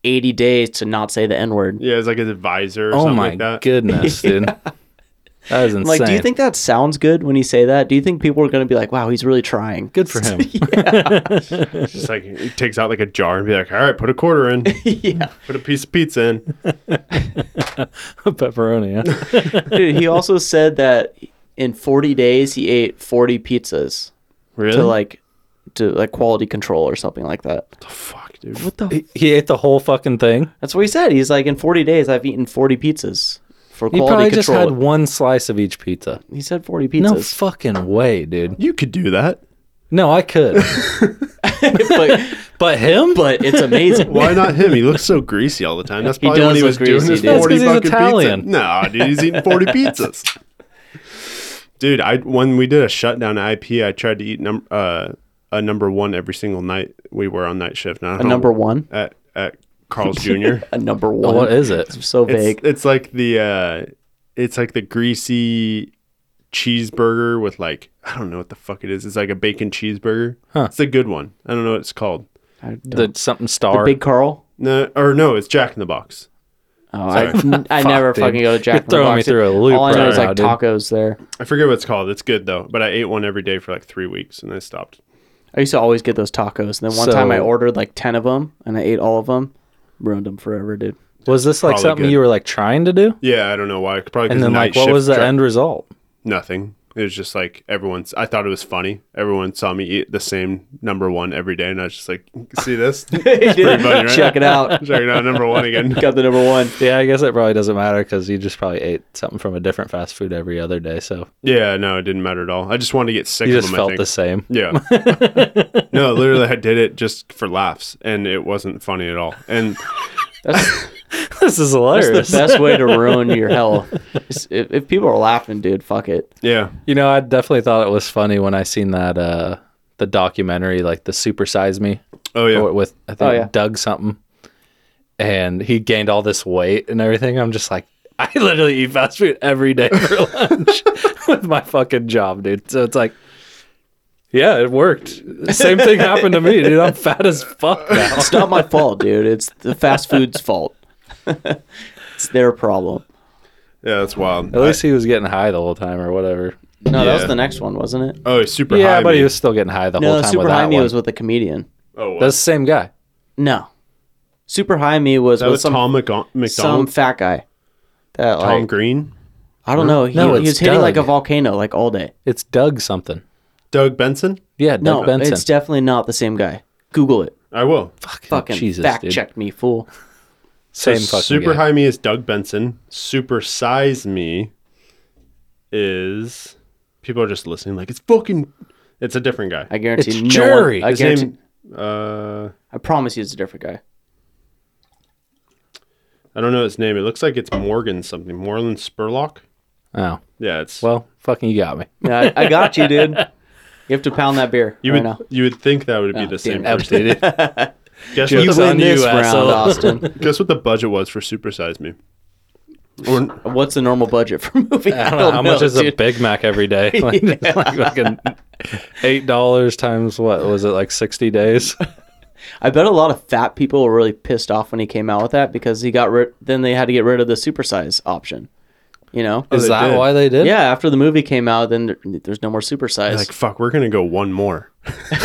Speaker 3: 80 days to not say the n-word."
Speaker 2: Yeah, it's like his advisor or
Speaker 4: oh
Speaker 2: something
Speaker 4: my
Speaker 2: like that.
Speaker 4: goodness, dude, that is
Speaker 3: I'm
Speaker 4: insane.
Speaker 3: like, do you think that sounds good when you say that? Do you think people are going to be like, "Wow, he's really trying"?
Speaker 4: good for him?
Speaker 2: Just like he takes out like a jar and be like, all right, put a quarter in,
Speaker 3: yeah,
Speaker 2: put a piece of pizza in.
Speaker 4: Pepperoni. Huh?
Speaker 3: dude. He also said that in 40 days he ate 40 pizzas
Speaker 2: Really?
Speaker 3: to like to like quality control or something like that.
Speaker 2: fuck, dude.
Speaker 3: What the?
Speaker 4: He- he ate the whole fucking thing.
Speaker 3: That's what he said. He's like, in 40 days, I've eaten 40 pizzas for
Speaker 4: He
Speaker 3: quality
Speaker 4: probably just
Speaker 3: control.
Speaker 4: had one slice of each pizza.
Speaker 3: he said 40
Speaker 4: No
Speaker 3: pizzas.
Speaker 4: fucking way, dude.
Speaker 2: You could do that.
Speaker 4: No, I could,
Speaker 3: but,
Speaker 4: but him.
Speaker 3: but it's amazing.
Speaker 2: Why not him? He looks so greasy all the time. That's
Speaker 3: He
Speaker 2: probably when
Speaker 3: does
Speaker 2: he
Speaker 3: look
Speaker 2: was doing
Speaker 3: greasy,
Speaker 2: his
Speaker 3: dude. That's
Speaker 2: 40
Speaker 4: 'cause he's
Speaker 2: fucking
Speaker 4: Italian.
Speaker 2: pizza. No, dude, he's eating 40 pizzas. Dude, I when we did a shutdown at IP, I tried to eat num- uh, a number one every single night we were on night shift. Now
Speaker 3: A number one?
Speaker 2: at at Carl's Jr.
Speaker 3: A number one.
Speaker 4: Oh, What is it?
Speaker 3: It's so
Speaker 2: It's,
Speaker 3: vague.
Speaker 2: it's like the uh, it's like the greasy cheeseburger with like I don't know what the fuck it is. It's like a bacon cheeseburger. It's a good one. I don't know what it's called.
Speaker 3: I don't-
Speaker 4: The something star.
Speaker 3: Big Carl?
Speaker 2: No, or no, it's Jack in the Box.
Speaker 3: Oh, I, I never
Speaker 4: dude.
Speaker 3: fucking go to Jack.
Speaker 4: You're
Speaker 3: in the
Speaker 4: throwing me
Speaker 3: Box.
Speaker 4: through a loop
Speaker 3: All I know
Speaker 4: right
Speaker 3: is like
Speaker 4: now,
Speaker 3: tacos there.
Speaker 2: I forget what it's called. It's good though, but I ate one every day for like three weeks and I stopped.
Speaker 3: I used to always get those tacos. And then one
Speaker 4: So-
Speaker 3: time I ordered like 10 of them and I ate all of them. Ruined them forever, dude.
Speaker 4: was this like
Speaker 2: Probably
Speaker 4: something
Speaker 2: good.
Speaker 4: you were like trying to do?
Speaker 2: Yeah, I don't know why. Probably 'cause
Speaker 4: And then
Speaker 2: night
Speaker 4: like, what
Speaker 2: shift
Speaker 4: was the
Speaker 2: dri-
Speaker 4: end result?
Speaker 2: Nothing. It was just like everyone's. I thought it was funny. Everyone saw me eat the same number one every day, and I was just like, "See this? Check funny, right?
Speaker 3: Check it out.
Speaker 2: it out, number one again."
Speaker 3: Got the number one.
Speaker 4: Yeah, I guess it probably doesn't matter because you just probably ate something from a different fast food every other day, so
Speaker 2: Yeah, no, it didn't matter at all. I just wanted to get sick
Speaker 4: you
Speaker 2: of
Speaker 4: just
Speaker 2: them. I
Speaker 4: felt
Speaker 2: think.
Speaker 4: the same.
Speaker 2: Yeah. no, literally, I did it just for laughs, and it wasn't funny at all. And
Speaker 3: That's,
Speaker 4: this
Speaker 3: that's
Speaker 4: is hilarious.
Speaker 3: the best way to ruin your health. Is If, if people are laughing, dude, fuck it.
Speaker 2: yeah,
Speaker 4: You know, I definitely thought it was funny when I seen that uh the documentary, like the Super Size Me,
Speaker 2: oh yeah,
Speaker 4: or with I think
Speaker 3: Oh, yeah.
Speaker 4: Doug something, and he gained all this weight and everything. I'm just like, I literally eat fast food every day for lunch with my fucking job, dude. So it's like, yeah, it worked. Same thing happened to me, dude. I'm fat as fuck now.
Speaker 3: It's not my fault, dude. It's the fast food's fault. it's their problem.
Speaker 2: yeah, that's wild.
Speaker 4: At least he was getting high the whole time or whatever.
Speaker 3: No, that was
Speaker 2: Yeah.
Speaker 3: the next one, wasn't it?
Speaker 2: I, oh, it's super
Speaker 4: yeah,
Speaker 2: high.
Speaker 4: but he
Speaker 2: me.
Speaker 4: was still getting high the whole
Speaker 3: No,
Speaker 4: time
Speaker 3: Super
Speaker 4: with
Speaker 3: High
Speaker 4: that
Speaker 3: Me
Speaker 4: one.
Speaker 3: was with a comedian.
Speaker 2: Oh, wow.
Speaker 4: That's the same guy.
Speaker 3: No, Super High Me was
Speaker 2: that
Speaker 3: with
Speaker 2: was
Speaker 3: some
Speaker 2: Tom McDon-
Speaker 3: some
Speaker 2: McDonald,
Speaker 3: fat guy. That
Speaker 2: Tom
Speaker 3: like
Speaker 2: Green,
Speaker 3: I don't know. He,
Speaker 4: No,
Speaker 3: he
Speaker 4: it's
Speaker 3: was hitting like a
Speaker 4: Doug.
Speaker 3: volcano like all day.
Speaker 4: It's Doug something.
Speaker 2: Doug Benson. Oh,
Speaker 4: Yeah, Doug
Speaker 3: No,
Speaker 4: Benson.
Speaker 3: it's definitely not the same guy. Google it.
Speaker 2: I will.
Speaker 3: Fucking
Speaker 4: Jesus,
Speaker 3: fact
Speaker 4: dude.
Speaker 3: check me, fool.
Speaker 4: Same
Speaker 2: So
Speaker 4: fucking
Speaker 2: super
Speaker 4: guy.
Speaker 2: high me is Doug Benson. Super size me is people are just listening like it's fucking. It's a different guy.
Speaker 3: I guarantee.
Speaker 4: It's
Speaker 3: no
Speaker 4: Jerry.
Speaker 3: One, I
Speaker 2: His
Speaker 3: guarantee.
Speaker 2: name. Uh,
Speaker 3: I promise you, it's a different guy.
Speaker 2: I don't know his name. It looks like it's Morgan something. Moreland Spurlock.
Speaker 4: Oh,
Speaker 2: Yeah, it's
Speaker 4: well, fucking you got me.
Speaker 3: Yeah, I, I got you, dude. You have to pound that beer
Speaker 2: You
Speaker 3: right
Speaker 2: would
Speaker 3: now.
Speaker 2: you would think that would be
Speaker 3: Oh,
Speaker 2: the
Speaker 3: damn
Speaker 2: same
Speaker 3: it.
Speaker 2: person.
Speaker 4: Absolutely.
Speaker 2: Guess
Speaker 4: You
Speaker 2: what,
Speaker 4: It's
Speaker 2: the,
Speaker 3: You
Speaker 4: on
Speaker 3: win this
Speaker 4: you,
Speaker 3: round,
Speaker 4: asshole.
Speaker 3: Austin.
Speaker 2: guess what the budget was for Supersize Me? Or,
Speaker 3: What's the normal budget for a movie?
Speaker 4: I don't know how much is a
Speaker 3: dude.
Speaker 4: Big Mac every day. Like, like fucking eight dollars times what was it like sixty days?
Speaker 3: I bet a lot of fat people were really pissed off when he came out with that because he got rid. Then they had to get rid of the supersize option. You know?
Speaker 2: they
Speaker 4: Is that
Speaker 2: did.
Speaker 4: why they did?
Speaker 3: Yeah. After the movie came out, then there, there's no more supersize.
Speaker 2: like fuck, we're gonna go one more.
Speaker 3: now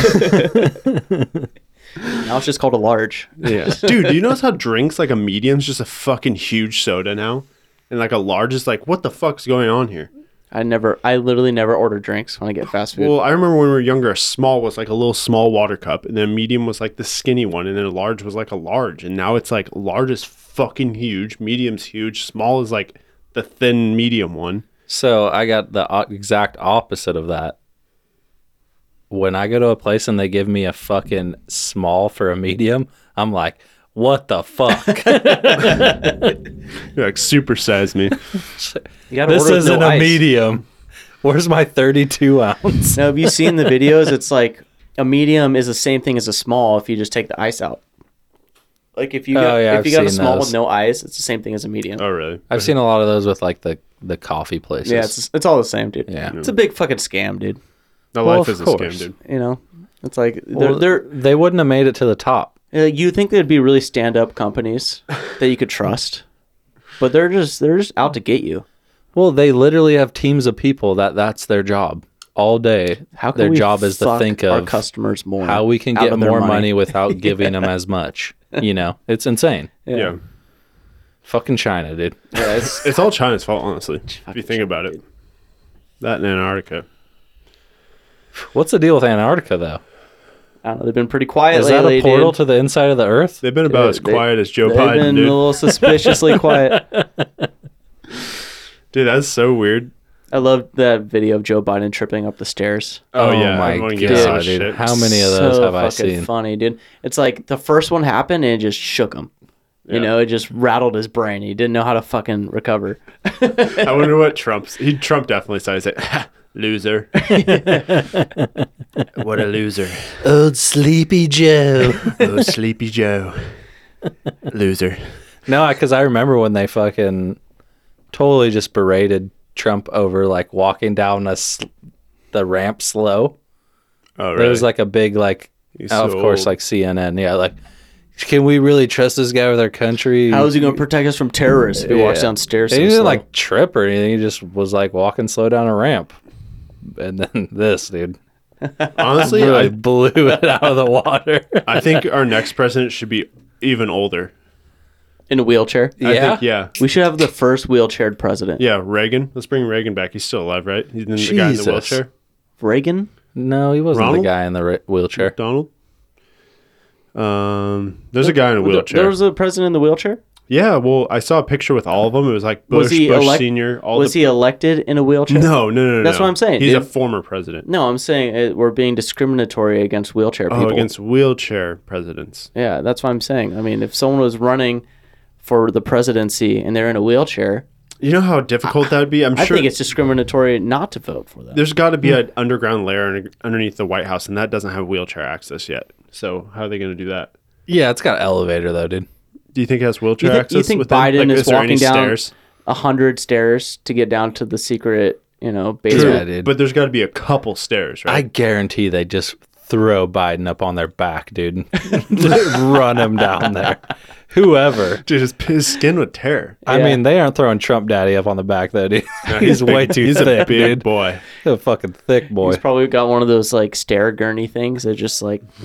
Speaker 3: it's just called a large.
Speaker 2: Yeah, dude. Do you notice how drinks like a medium's just a fucking huge soda now, and like a large is like what the fuck's going on here?
Speaker 3: I never. I literally never order drinks when I get fast food.
Speaker 2: Well, I remember when we were younger, a small was like a little small water cup, and then a medium was like the skinny one, and then a large was like a large, and now it's like large is fucking huge, medium's huge, small is like the thin medium one.
Speaker 4: So I got the o- exact opposite of that. When I go to a place and they give me a fucking small for a medium, I'm like, what the fuck?
Speaker 2: You're like supersize me.
Speaker 3: you gotta
Speaker 4: this
Speaker 3: order with
Speaker 4: isn't
Speaker 3: no
Speaker 4: a
Speaker 3: ice.
Speaker 4: medium. Where's my 32 ounce?
Speaker 3: Now, have you seen the videos? It's like a medium is the same thing as a small if you just take the ice out. Like if you got,
Speaker 4: Oh, yeah,
Speaker 3: if
Speaker 4: I've
Speaker 3: you got a
Speaker 4: seen
Speaker 3: small
Speaker 4: those.
Speaker 3: with no ice, it's the same thing as a medium.
Speaker 2: oh really?
Speaker 4: I've seen a lot of those with like the the coffee places.
Speaker 3: yeah, it's, it's all the same, dude.
Speaker 4: Yeah.
Speaker 3: it's a big fucking scam, dude.
Speaker 2: Now
Speaker 4: Well,
Speaker 2: life
Speaker 4: of
Speaker 2: is a scam,
Speaker 4: course.
Speaker 2: dude.
Speaker 3: You know, it's like
Speaker 4: Well,
Speaker 3: they're
Speaker 4: they would not have made it to the top.
Speaker 3: they're uh, you think they'd be really stand up companies that you could trust, but they're just they're just out to get you.
Speaker 4: Well, they literally have teams of people that that's their job all day.
Speaker 3: How can
Speaker 4: their
Speaker 3: we
Speaker 4: job is to
Speaker 3: fuck
Speaker 4: think
Speaker 3: our
Speaker 4: of
Speaker 3: customers more?
Speaker 4: how we can
Speaker 3: out
Speaker 4: get
Speaker 3: of their
Speaker 4: more money. without giving them as much. You know, it's insane.
Speaker 2: Yeah.
Speaker 4: Fucking China, dude.
Speaker 3: Yeah, it's-
Speaker 2: It's all China's fault, honestly. If you think about it. That and Antarctica.
Speaker 4: What's the deal with Antarctica though?
Speaker 3: I don't know, they've been pretty quiet
Speaker 4: Is that
Speaker 3: lately.
Speaker 4: a portal
Speaker 3: dude.
Speaker 4: to the inside of the Earth?
Speaker 2: They've been about
Speaker 3: Dude,
Speaker 2: as
Speaker 3: they-
Speaker 2: quiet as Joe
Speaker 3: They've
Speaker 2: Biden,
Speaker 3: been
Speaker 2: dude.
Speaker 3: a little suspiciously quiet.
Speaker 2: Dude, that's so weird.
Speaker 3: I love that video of Joe Biden tripping up the stairs.
Speaker 2: Oh, yeah,
Speaker 4: my
Speaker 2: everyone gives
Speaker 4: god,
Speaker 2: a
Speaker 4: dude!
Speaker 2: shit.
Speaker 4: How many of those
Speaker 3: So
Speaker 4: have I
Speaker 3: fucking
Speaker 4: seen?
Speaker 3: Funny, dude. It's like the first one happened and it just shook him. You know, it just rattled his brain. He didn't know how to fucking recover.
Speaker 2: I wonder what Trump's he Trump definitely said. He's like, "Ha, loser. what a loser.
Speaker 4: Old Sleepy Joe.
Speaker 2: Oh, sleepy Joe. Loser.
Speaker 4: No, because I remember when they fucking totally just berated Trump over like walking down a sl- the ramp slow.
Speaker 2: Oh
Speaker 4: There
Speaker 2: really?
Speaker 4: was like a big like,
Speaker 2: He's
Speaker 4: oh, of
Speaker 2: so
Speaker 4: course,
Speaker 2: old.
Speaker 4: like CNN. Yeah, like, can we really trust this guy with our country?
Speaker 3: How is he going to protect us from terrorists if he walks
Speaker 4: Yeah.
Speaker 3: down stairs?
Speaker 4: And
Speaker 3: so
Speaker 4: he didn't
Speaker 3: slow?
Speaker 4: like trip or anything. He just was like walking slow down a ramp, and then this dude
Speaker 2: Honestly,
Speaker 4: really
Speaker 2: I,
Speaker 4: blew it out of the water.
Speaker 2: I think our next president should be even older.
Speaker 3: in a wheelchair.
Speaker 2: I think, yeah.
Speaker 3: We should have the first wheelchaired president.
Speaker 2: Yeah, Reagan. Let's bring Reagan back. He's still alive, right? He's the guy in the
Speaker 4: Jesus.
Speaker 2: wheelchair.
Speaker 3: Reagan.
Speaker 4: No, he wasn't
Speaker 2: Ronald?
Speaker 4: the guy in the ri- wheelchair.
Speaker 2: Donald. Um, there's a guy in a wheelchair.
Speaker 3: There was a president in the wheelchair.
Speaker 2: yeah, well, I saw a picture with all of them. It was like Bush,
Speaker 3: was he
Speaker 2: Bush
Speaker 3: elect-
Speaker 2: Senior. All
Speaker 3: was
Speaker 2: the
Speaker 3: he elected in a wheelchair?
Speaker 2: no, no, no, no.
Speaker 3: That's
Speaker 2: no.
Speaker 3: what I'm saying,
Speaker 2: He's a
Speaker 3: dude.
Speaker 2: former president.
Speaker 3: No, I'm saying uh we're being discriminatory against wheelchair people.
Speaker 2: Oh, against wheelchair presidents.
Speaker 3: Yeah, that's what I'm saying. I mean, if someone was running for the presidency and they're in a wheelchair,
Speaker 2: You know how difficult that would be. I'm
Speaker 3: I
Speaker 2: sure
Speaker 3: think it's Mm. discriminatory not to vote for them.
Speaker 2: there's got to be an underground layer under- underneath the White House, and that doesn't have wheelchair access yet. So how are they going to do that?
Speaker 4: Yeah, it's got an elevator though, dude.
Speaker 2: Do you think it has wheelchair
Speaker 3: You thi-
Speaker 2: access?
Speaker 3: you think
Speaker 2: within?
Speaker 3: Biden
Speaker 2: Like,
Speaker 3: is
Speaker 2: there any
Speaker 3: walking down
Speaker 2: stairs?
Speaker 3: a hundred stairs to get down to the secret, you know,
Speaker 2: True,
Speaker 3: basement.
Speaker 4: Yeah, dude.
Speaker 2: but there's got to be a couple stairs,
Speaker 4: I
Speaker 2: right?
Speaker 4: guarantee they just throw Biden up on their back, dude. Just run him down there. Whoever.
Speaker 2: Dude, his, his skin would tear.
Speaker 4: I
Speaker 3: Yeah.
Speaker 4: mean, they aren't throwing Trump Daddy up on the back though, dude. he's way too
Speaker 2: He's
Speaker 4: thick,
Speaker 2: a big
Speaker 4: dude.
Speaker 2: boy.
Speaker 4: He's a fucking thick boy.
Speaker 3: He's probably got one of those like stair gurney things that just like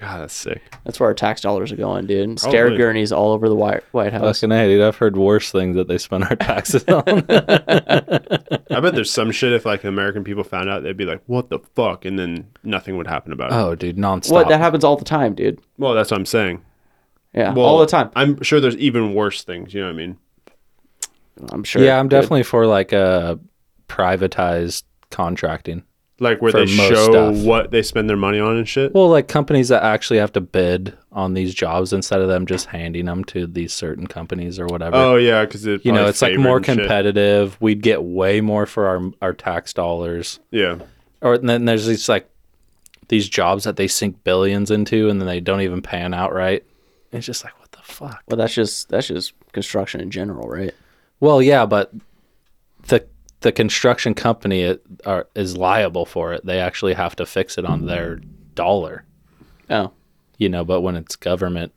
Speaker 2: God, that's sick.
Speaker 3: that's where our tax dollars are going, dude. Stair
Speaker 2: Probably.
Speaker 3: gurneys all over the White White House.
Speaker 4: Fucking hey, dude. I've heard worse things that they spend our taxes on.
Speaker 2: I bet there's some shit if like American people found out, they'd be like, "What the fuck?" and then nothing would happen about it.
Speaker 3: Uh,
Speaker 4: oh, dude, nonstop.
Speaker 3: What that happens all the time, dude.
Speaker 2: Well, that's what I'm saying.
Speaker 3: Yeah,
Speaker 2: Well,
Speaker 3: all the time.
Speaker 2: I'm sure there's even worse things. You know what I mean?
Speaker 3: I'm sure.
Speaker 4: yeah, I'm
Speaker 3: dude.
Speaker 4: definitely for like uh, privatized contracting.
Speaker 2: Like where
Speaker 4: For
Speaker 2: they
Speaker 4: most
Speaker 2: show
Speaker 4: stuff.
Speaker 2: what they spend their money on and shit.
Speaker 4: Well, like companies that actually have to bid on these jobs instead of them just handing them to these certain companies or whatever.
Speaker 2: oh yeah, because it
Speaker 4: you know,
Speaker 2: probably
Speaker 4: it's like
Speaker 2: favored
Speaker 4: more
Speaker 2: and shit.
Speaker 4: competitive. We'd get way more for our our tax dollars.
Speaker 2: Yeah.
Speaker 4: Or and then there's these like these jobs that they sink billions into and then they don't even pan out right. It's just like what the fuck.
Speaker 3: Well, that's just that's just construction in general, right?
Speaker 4: Well, yeah, but the the construction company i- are, is liable for it. They actually have to fix it on their dollar,
Speaker 3: Oh,
Speaker 4: you know. But when it's government,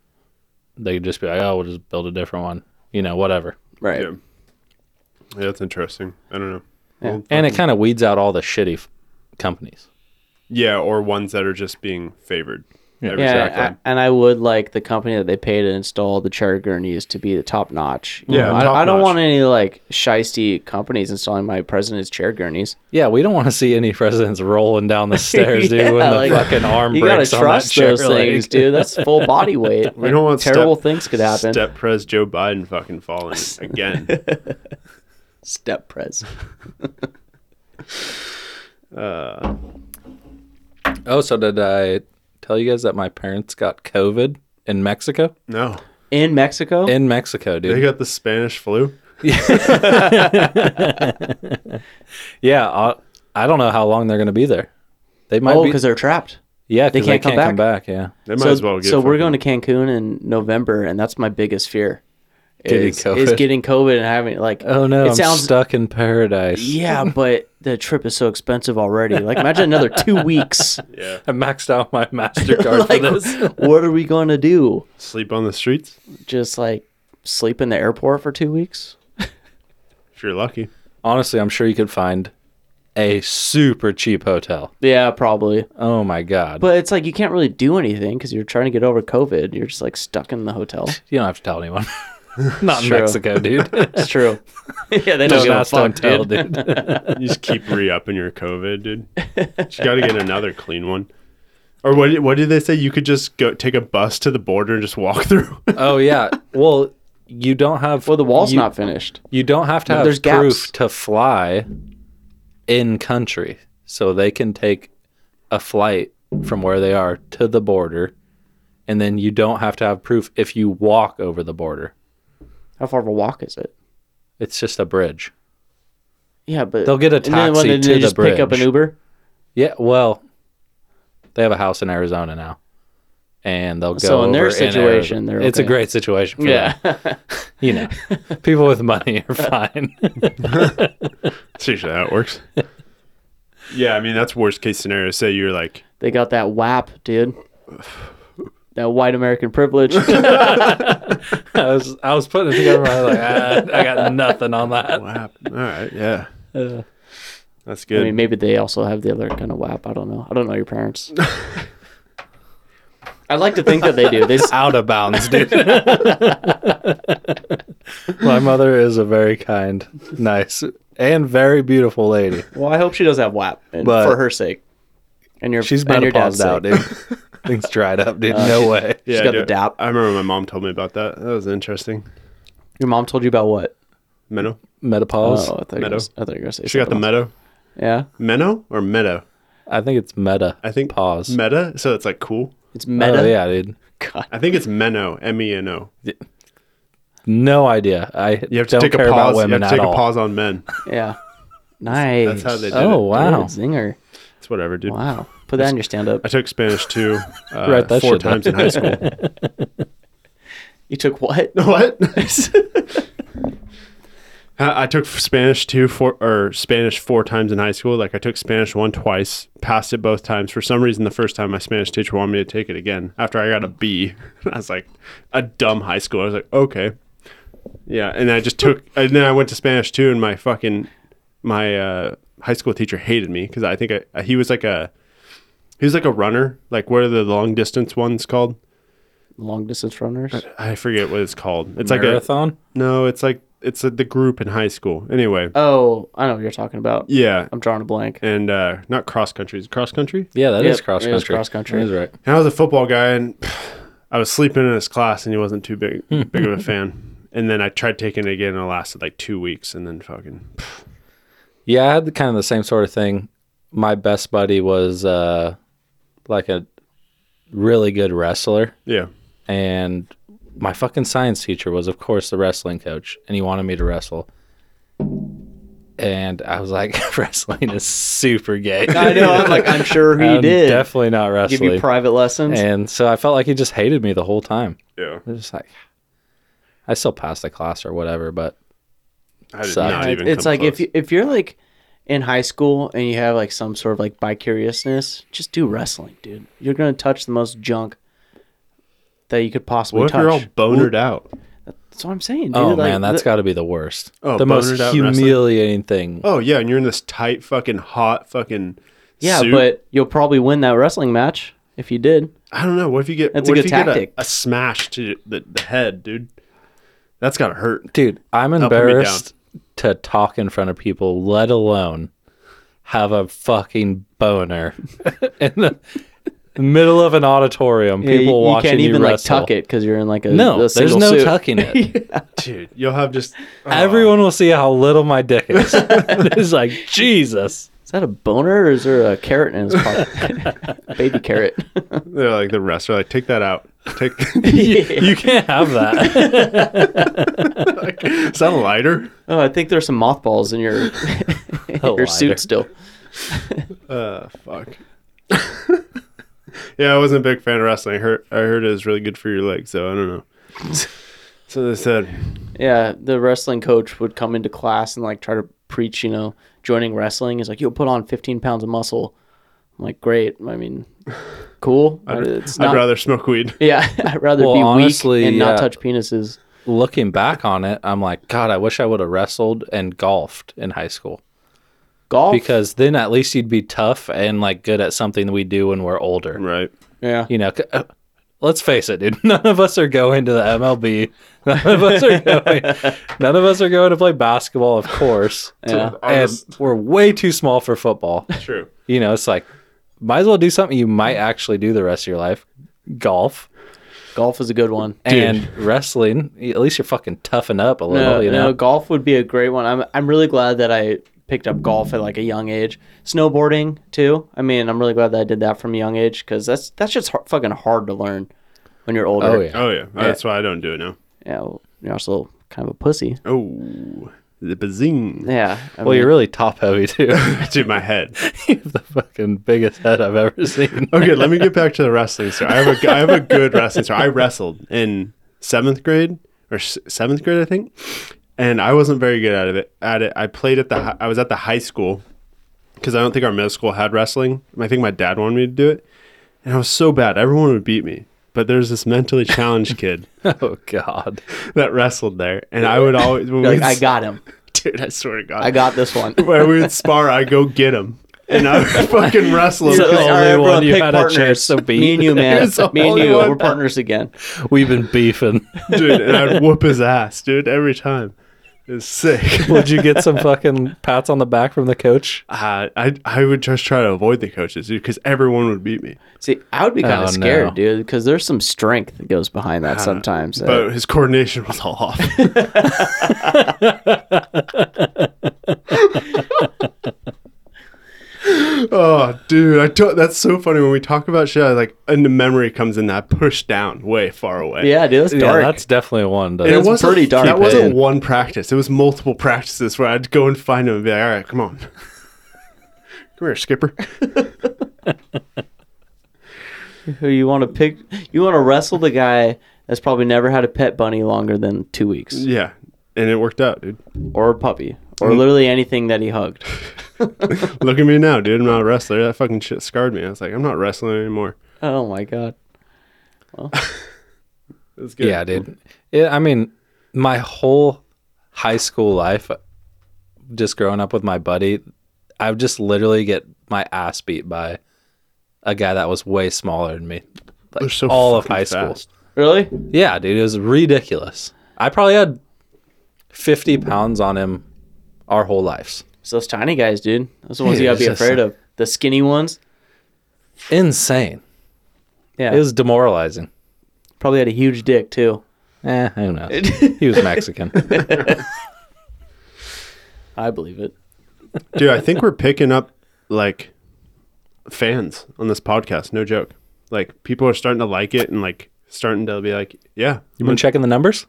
Speaker 4: they just be like, "Oh, we'll just build a different one," you know, whatever.
Speaker 3: right.
Speaker 2: Yeah. Yeah, that's interesting. I don't know. Well,
Speaker 4: And it kind of weeds out all the shitty f- companies.
Speaker 2: yeah, or ones that are just being favored. Yeah,
Speaker 3: Yeah, I- and I would like the company that they pay to install the chair gurneys to be the top notch. You
Speaker 2: Yeah,
Speaker 3: know, I, I don't
Speaker 2: top-notch.
Speaker 3: want any like shisty companies installing my president's chair gurneys.
Speaker 4: Yeah, we don't want to see any presidents rolling down the stairs, dude, when the
Speaker 3: like,
Speaker 4: fucking arm
Speaker 3: You gotta
Speaker 4: breaks on that
Speaker 3: trust
Speaker 4: chair
Speaker 3: those
Speaker 4: leg.
Speaker 3: things, dude. That's full body weight.
Speaker 2: We don't want
Speaker 3: terrible
Speaker 2: step-
Speaker 3: things could happen. Step,
Speaker 2: Step Pres Joe Biden fucking falling again.
Speaker 3: pres.
Speaker 4: Oh, so did I tell you guys that my parents got COVID in Mexico?
Speaker 2: no,
Speaker 3: In Mexico,
Speaker 4: In Mexico, dude.
Speaker 2: they got the Spanish flu.
Speaker 4: Yeah, I, I don't know how long they're going to be there. They might
Speaker 3: oh,
Speaker 4: be.
Speaker 3: because they're trapped.
Speaker 4: yeah, 'cause
Speaker 3: they
Speaker 4: they
Speaker 3: can't
Speaker 4: can't,
Speaker 3: come
Speaker 4: come back. Yeah,
Speaker 2: They might
Speaker 3: so
Speaker 2: as well get.
Speaker 3: so we're
Speaker 2: fucking-
Speaker 3: going to Cancun in November, and that's my biggest fear.
Speaker 4: Getting
Speaker 3: is, is
Speaker 4: COVID.
Speaker 3: getting COVID and having like
Speaker 4: Oh no,
Speaker 3: it
Speaker 4: I'm
Speaker 3: sounds
Speaker 4: stuck in paradise.
Speaker 3: Yeah, but the trip is so expensive already. Like, imagine another two weeks.
Speaker 2: Yeah,
Speaker 4: I maxed out my Mastercard
Speaker 3: like,
Speaker 4: for this.
Speaker 3: what are we going to do?
Speaker 2: sleep on the streets
Speaker 3: Just like sleep in the airport for two weeks?
Speaker 2: if you're lucky.
Speaker 4: Honestly, I'm sure you could find a super cheap hotel.
Speaker 3: Yeah, probably.
Speaker 4: Oh my god,
Speaker 3: But it's like you can't really do anything because you're trying to get over COVID. You're just like stuck in the hotel.
Speaker 4: you don't have to tell anyone. Not in
Speaker 3: True.
Speaker 4: Mexico, dude.
Speaker 3: It's true. yeah, they don't
Speaker 4: Don't
Speaker 3: give a
Speaker 4: ask, don't
Speaker 3: fuck,
Speaker 4: tell,
Speaker 3: dude.
Speaker 4: dude.
Speaker 2: You just keep re-upping your COVID, dude. Just got to get another clean one. Or what? did- What did they say? You could just go take a bus to the border and just walk through.
Speaker 4: oh yeah. Well, you don't have.
Speaker 3: Well, the wall's
Speaker 4: you,
Speaker 3: not finished.
Speaker 4: You don't have to have
Speaker 3: there's
Speaker 4: proof
Speaker 3: gaps.
Speaker 4: to fly in country. So they can take a flight from where they are to the border and then you don't have to have proof if you walk over the border.
Speaker 3: How far of a walk is it?
Speaker 4: It's just a bridge.
Speaker 3: Yeah, but
Speaker 4: They'll get a
Speaker 3: and then
Speaker 4: taxi
Speaker 3: when,
Speaker 4: to
Speaker 3: they
Speaker 4: the
Speaker 3: just pick up an
Speaker 4: bridge.
Speaker 3: Uber.
Speaker 4: Yeah, well, they have a house in Arizona now. And they'll go
Speaker 3: So in their
Speaker 4: over
Speaker 3: situation,
Speaker 4: Arizona.
Speaker 3: they're
Speaker 4: It's a
Speaker 3: okay.
Speaker 4: great situation for them. You know, people with money are fine.
Speaker 2: That's usually how it works. Yeah, I mean that's worst case scenario. Say you're like,
Speaker 3: they got that WAP, dude. That white American privilege.
Speaker 4: I was I was putting it together. I was like, ah, I got nothing on that.
Speaker 2: wow, all right, yeah, that's
Speaker 3: I
Speaker 2: good.
Speaker 3: mean, maybe they also have the other kind of WAP. I don't know. I don't know your parents. I'd like to think that they do. They s-
Speaker 4: out of bounds, dude. My mother is a very kind, nice, and very beautiful lady.
Speaker 3: well, I hope she does have WAP, and
Speaker 4: But-
Speaker 3: for her sake, and your
Speaker 4: She's
Speaker 3: and your dad's
Speaker 4: menopaused out,
Speaker 3: sake.
Speaker 4: dude. Things dried up, dude. no way.
Speaker 3: She's
Speaker 2: Uh, Yeah,
Speaker 3: got
Speaker 2: dude,
Speaker 3: the dap.
Speaker 2: I remember my mom told me about that. That was interesting.
Speaker 3: Your mom told you about what?
Speaker 2: Meadow.
Speaker 4: Metapause.
Speaker 3: Oh, I thought you were
Speaker 2: Meadow.
Speaker 3: gonna s- I thought you were gonna say
Speaker 2: She got the
Speaker 3: something
Speaker 2: meadow.
Speaker 3: else. Yeah,
Speaker 2: Menno or meadow?
Speaker 4: I think it's meta.
Speaker 2: I think
Speaker 4: pause.
Speaker 2: Meta. So it's like cool.
Speaker 3: it's meta.
Speaker 4: Oh, yeah, dude.
Speaker 3: God.
Speaker 2: I think it's Menno. M E N O.
Speaker 4: No idea. I
Speaker 2: You have to
Speaker 4: don't
Speaker 2: take a
Speaker 4: care about
Speaker 2: pause. You
Speaker 4: women
Speaker 2: have to take
Speaker 4: at
Speaker 2: a
Speaker 4: all.
Speaker 2: pause on men.
Speaker 3: Yeah. Nice.
Speaker 2: That's how they did
Speaker 4: Oh
Speaker 2: it.
Speaker 4: wow.
Speaker 3: Dude, zinger.
Speaker 2: It's whatever, dude.
Speaker 3: Wow. Put that in your stand up.
Speaker 2: I took Spanish two, uh,
Speaker 4: Write that
Speaker 2: four
Speaker 4: shit down.
Speaker 2: times in high school.
Speaker 3: You took what?
Speaker 2: what? I I took Spanish two four or Spanish four times in high school. Like I took Spanish one twice, passed it both times. For some reason, the first time my Spanish teacher wanted me to take it again after I got a B. I was like, a dumb high school. I was like, okay, yeah. And I just took. And then I went to Spanish two, and my fucking my uh, high school teacher hated me because I think I, he was like a he was like a runner. Like what are the long distance ones called?
Speaker 3: Long distance runners.
Speaker 2: I forget what it's called. It's like a
Speaker 4: Marathon.
Speaker 2: no, it's like it's uh the group in high school. Anyway,
Speaker 3: Oh, I know what you're talking about.
Speaker 2: yeah,
Speaker 3: I'm drawing a blank.
Speaker 2: and uh, not cross country. Is it cross country?
Speaker 4: Yeah, that is
Speaker 3: Yep,
Speaker 4: cross
Speaker 3: it
Speaker 4: country.
Speaker 3: is cross country.
Speaker 4: That is right.
Speaker 2: And I was a football guy, and I was sleeping in his class, and he wasn't too big big of a fan. And then I tried taking it again, and it lasted like two weeks, and then fucking
Speaker 4: Yeah, I had the, kind of the same sort of thing. My best buddy was uh, like a really good wrestler,
Speaker 2: yeah,
Speaker 4: and my fucking science teacher was, of course, the wrestling coach, and he wanted me to wrestle. And I was like, wrestling is super gay.
Speaker 3: I know. I'm like, I'm sure he
Speaker 4: I'm
Speaker 3: did.
Speaker 4: Definitely not
Speaker 3: Give
Speaker 4: wrestling.
Speaker 3: you private lessons.
Speaker 4: and so I felt like he just hated me the whole time.
Speaker 2: yeah.
Speaker 4: I was just like, I still passed the class or whatever, but
Speaker 2: I did
Speaker 4: Sucked.
Speaker 2: not
Speaker 4: Yeah,
Speaker 2: even.
Speaker 3: it's
Speaker 2: come
Speaker 3: like if
Speaker 2: close.
Speaker 3: you, if you're like in high school and you have like some sort of like bi curiousness, just do wrestling, dude. You're gonna touch the most junk that you could possibly
Speaker 2: what if
Speaker 3: touch.
Speaker 2: you're all bonered out?
Speaker 3: That's what I'm saying, dude.
Speaker 4: oh
Speaker 3: Like,
Speaker 4: man, that's
Speaker 3: the-
Speaker 4: got to be the worst.
Speaker 2: Oh,
Speaker 4: the most
Speaker 2: bonered out wrestling?
Speaker 4: humiliating thing
Speaker 2: Oh yeah, and you're in this tight, fucking hot, fucking
Speaker 3: yeah,
Speaker 2: suit.
Speaker 3: but you'll probably win that wrestling match if you did.
Speaker 2: I don't know. What if you get
Speaker 3: That's a
Speaker 2: what
Speaker 3: good
Speaker 2: if you
Speaker 3: tactic.
Speaker 2: Get a, a smash to the, the head, dude? That's gotta hurt.
Speaker 4: dude i'm
Speaker 2: me down.
Speaker 4: embarrassed to talk in front of people let alone have a fucking boner in the middle of an auditorium
Speaker 3: Yeah,
Speaker 4: people
Speaker 3: you, you
Speaker 4: watching
Speaker 3: can't even
Speaker 4: you
Speaker 3: like
Speaker 4: wrestle.
Speaker 3: tuck it because you're in like a
Speaker 4: no
Speaker 3: a
Speaker 4: there's
Speaker 3: single
Speaker 4: no
Speaker 3: suit.
Speaker 4: tucking it
Speaker 2: dude. You'll have just
Speaker 4: everyone will see how little my dick is it's like jesus
Speaker 3: Is that a boner or is there a carrot in his pocket? Baby carrot.
Speaker 2: They're like the rest are like, take that out. Take
Speaker 4: you can't have that
Speaker 2: is that a lighter?
Speaker 3: Oh, I think there's some mothballs in your in
Speaker 4: A
Speaker 3: your
Speaker 4: lighter.
Speaker 3: suit still.
Speaker 2: Uh, fuck. yeah, I wasn't a big fan of wrestling. I heard I heard it was really good for your legs, so I don't know. So they said,
Speaker 3: Yeah, the wrestling coach would come into class and like try to preach, you know, joining wrestling. He's like, "You'll put on 15 pounds of muscle." I'm like, "Great." I mean, cool.
Speaker 2: I'd,
Speaker 3: it's
Speaker 2: I'd
Speaker 3: not.
Speaker 2: rather smoke weed.
Speaker 3: yeah, I'd rather
Speaker 4: Well,
Speaker 3: be
Speaker 4: honestly,
Speaker 3: weak and
Speaker 4: yeah.
Speaker 3: not touch penises.
Speaker 4: looking back on it i'm like god i wish i would have wrestled and golfed in high school
Speaker 3: Golf.
Speaker 4: because then at least you'd be tough and like good at something we do when we're older
Speaker 2: Right.
Speaker 3: yeah,
Speaker 4: you know, c- uh, let's face it, dude. None of us are going to the MLB. None of us are going. none of us are going to play basketball, of course.
Speaker 3: Yeah.
Speaker 4: And we're way too small for football.
Speaker 2: Oh, True.
Speaker 4: You know, it's like might as well do something you might actually do the rest of your life. Golf
Speaker 3: golf is a good one.
Speaker 4: and wrestling. At least you're fucking toughing up a little.
Speaker 3: No,
Speaker 4: you know,
Speaker 3: no, uh, golf would be a great one. I'm I'm really glad that I picked up golf at like a young age. Snowboarding too. I mean, I'm really glad that I did that from a young age because that's that's just har fucking hard to learn when you're older.
Speaker 4: Oh, yeah.
Speaker 2: Oh yeah, that's why I don't do it now.
Speaker 3: Yeah, well, you're also kind of a pussy.
Speaker 2: Oh, the bazing
Speaker 3: Yeah. I
Speaker 4: well,
Speaker 3: mean,
Speaker 4: you're really top heavy too.
Speaker 2: to my head.
Speaker 4: you have the fucking biggest head I've ever seen.
Speaker 2: Okay, let me get back to the wrestling story. I have a, I have a good wrestling story. I wrestled in seventh grade or s- seventh grade, I think, and I wasn't very good at it. At it, I played at the hi- I was at the high school because I don't think our middle school had wrestling. I think my dad wanted me to do it, and I was so bad. Everyone would beat me, but there's this mentally challenged kid
Speaker 4: oh God.
Speaker 2: that wrestled there, and I would always when
Speaker 3: like,
Speaker 2: we'd
Speaker 3: I
Speaker 2: s-
Speaker 3: got him.
Speaker 2: dude. I swear to God,
Speaker 3: I got this one.
Speaker 2: when we would spar, I go get him. and I would fucking wrestle him.
Speaker 3: So,
Speaker 4: the
Speaker 3: like, all
Speaker 4: only
Speaker 3: right, bro,
Speaker 4: one you
Speaker 3: pick
Speaker 4: had a chance
Speaker 3: partners.
Speaker 4: to beat.
Speaker 3: Me and you, man.
Speaker 2: He's the
Speaker 3: Me and
Speaker 2: only
Speaker 3: you,
Speaker 2: one.
Speaker 3: we're partners again.
Speaker 4: We've been beefing.
Speaker 2: dude, and I'd whoop his ass, dude, every time. It's sick.
Speaker 4: Would you get some fucking pats on the back from the coach?
Speaker 2: Uh, I I would just try to avoid the coaches, dude, because everyone would beat me.
Speaker 3: See, I would be kind
Speaker 4: Oh,
Speaker 3: of scared,
Speaker 4: no.
Speaker 3: dude, because there's some strength that goes behind that sometimes. that-
Speaker 2: But his coordination was all off. oh, dude, I to- that's so funny when we talk about shit. I, like, and the memory comes in that push down way far away.
Speaker 3: yeah, dude, that's
Speaker 4: Yeah,
Speaker 3: dark.
Speaker 4: that's definitely one.
Speaker 2: And
Speaker 4: That,
Speaker 3: was-
Speaker 2: wasn't-
Speaker 3: pretty dark,
Speaker 2: That wasn't
Speaker 3: man.
Speaker 2: one practice. It was multiple practices where I'd go and find him and be like, all right, come on. come here, skipper.
Speaker 3: Who you want to pick? You want to wrestle the guy that's probably never had a pet bunny longer than two weeks,
Speaker 2: Yeah. And it worked out, dude.
Speaker 3: or a puppy, or literally anything that he hugged.
Speaker 2: Look at me now, dude. I'm not a wrestler. That fucking shit scarred me. I was like, I'm not wrestling anymore.
Speaker 3: Oh my god.
Speaker 2: It was good.
Speaker 4: yeah, dude. Yeah, I mean, my whole high school life, just growing up with my buddy, I would just literally get my ass beat by a guy that was way smaller than me.
Speaker 2: They're
Speaker 4: Like
Speaker 2: so
Speaker 4: all of
Speaker 2: fucking
Speaker 4: high school.
Speaker 2: fast.
Speaker 3: Really?
Speaker 4: Yeah, dude, it was ridiculous. I probably had 50 pounds on him our whole lives.
Speaker 3: It's those tiny guys, dude. Those are the ones
Speaker 4: Dude,
Speaker 3: you gotta be
Speaker 4: it's just
Speaker 3: afraid of. The skinny ones.
Speaker 4: Insane.
Speaker 3: Yeah.
Speaker 4: It was demoralizing.
Speaker 3: probably had a huge dick too.
Speaker 4: Eh, who knows? he was Mexican.
Speaker 3: I believe it.
Speaker 2: Dude, I think we're picking up like fans on this podcast. No joke. Like people are starting to like it and like starting to be like, yeah.
Speaker 4: You been checking the numbers?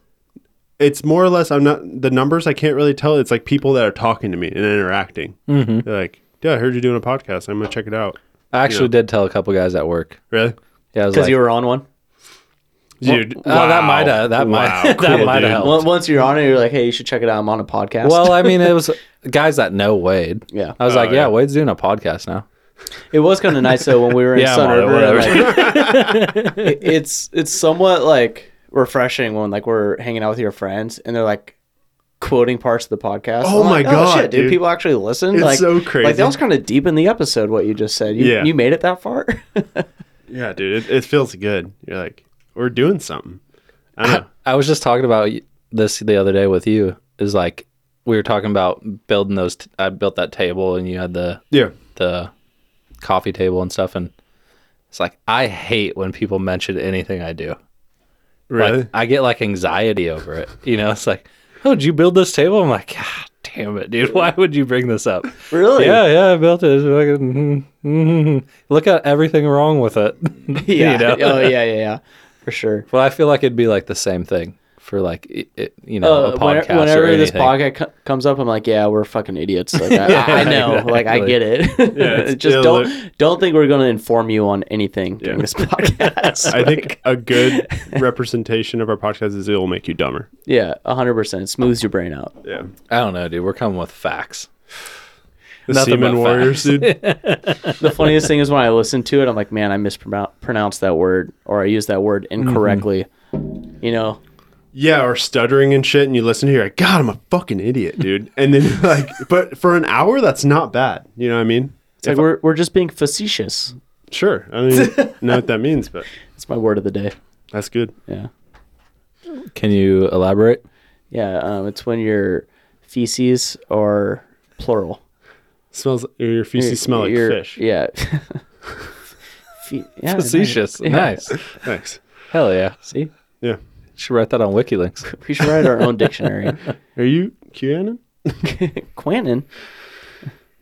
Speaker 2: It's more or less. I'm not the numbers. I can't really tell. It's like people that are talking to me and interacting. Mm-hmm. They're like, yeah, I heard you're doing a podcast. I'm gonna check it out.
Speaker 4: I actually did tell a couple guys at work.
Speaker 2: Really,
Speaker 4: Yeah, I was
Speaker 3: Because
Speaker 4: like,
Speaker 3: you were on one.
Speaker 2: dude?
Speaker 4: Oh, that might
Speaker 2: uh,
Speaker 4: have- that might- that might
Speaker 2: dude.
Speaker 4: have helped.
Speaker 3: Well, once you're on it, you're like, hey, you should check it out. I'm on a podcast.
Speaker 4: well, I mean, it was guys that know Wade.
Speaker 3: Yeah.
Speaker 4: I was like, yeah,
Speaker 2: yeah.
Speaker 4: Wade's doing a podcast now.
Speaker 3: It was kind of nice though when we were in
Speaker 4: Yeah,
Speaker 3: Sun
Speaker 4: Marlo,
Speaker 3: River. and, like, it- it's it's somewhat like refreshing when like we're hanging out with your friends and they're like quoting parts of the podcast.
Speaker 2: Oh
Speaker 3: I'm like,
Speaker 2: my God, dude.
Speaker 3: People actually listen.
Speaker 2: It's
Speaker 3: like,
Speaker 2: so
Speaker 3: Like
Speaker 2: crazy.
Speaker 3: that was kind of deep in the episode. What you just said. You,
Speaker 2: Yeah.
Speaker 3: you made it that far.
Speaker 2: Yeah, dude. It, it feels good. You're like, we're doing something. I don't know.
Speaker 4: I was just talking about y- this the other day with you. Is like we were talking about building those. T- I built that table, and you had the
Speaker 2: yeah.
Speaker 4: the coffee table and stuff, and it's like I hate when people mention anything I do.
Speaker 2: Really?
Speaker 4: Like, I get like anxiety over it. You know, it's like, oh, did you build this table? I'm like, God damn it, dude. Why would you bring this up?
Speaker 3: really?
Speaker 4: Yeah, yeah, I built it. It's fucking- mhm. Look at everything wrong with it.
Speaker 3: Yeah.
Speaker 4: You know?
Speaker 3: Oh yeah, yeah, yeah. For sure.
Speaker 4: Well, I feel like it'd be like the same thing for like it, it- you know
Speaker 3: Uh,
Speaker 4: a
Speaker 3: when-
Speaker 4: podcast or
Speaker 3: whenever this
Speaker 4: anything.
Speaker 3: podcast co- comes up, I'm like, yeah, we're fucking idiots. Like, I, I know, like, I
Speaker 4: exactly.
Speaker 3: get it.
Speaker 2: it's-
Speaker 3: Just
Speaker 2: yeah,
Speaker 3: don't don't think we're gonna inform you on anything during
Speaker 2: Yeah.
Speaker 3: this podcast.
Speaker 2: I think a good representation of our podcast is it will make you dumber.
Speaker 3: Yeah, hundred percent. It smooths your brain out.
Speaker 2: Yeah.
Speaker 4: I don't know, dude. We're coming with facts.
Speaker 2: The
Speaker 4: Nothing
Speaker 2: Seaman
Speaker 4: but
Speaker 2: Warriors, dude.
Speaker 3: The funniest thing is when I listen to it, I'm like, man, I mispronounced that word, or I used that word incorrectly. You know,
Speaker 2: Yeah, or stuttering and shit, and you listen to it, you're like, God, I'm a fucking idiot, dude. And then you're like, but for an hour, that's not bad. You know what I mean?
Speaker 3: it's like we're we're just being facetious.
Speaker 2: Sure. I don't even know what that means, but
Speaker 3: It's my word of the day.
Speaker 2: that's good.
Speaker 3: Yeah,
Speaker 4: Can you elaborate?
Speaker 3: yeah. Um, it's when your feces are plural.
Speaker 2: Smells your feces smell like
Speaker 3: Your-
Speaker 2: fish.
Speaker 3: Yeah. Fe- yeah,
Speaker 4: Facetious. Nice.
Speaker 2: Thanks.
Speaker 4: Hell yeah.
Speaker 3: See,
Speaker 2: Yeah.
Speaker 4: Should write that on WikiLinks.
Speaker 3: we should write our own dictionary.
Speaker 2: Are you QAnon?
Speaker 3: Quanon.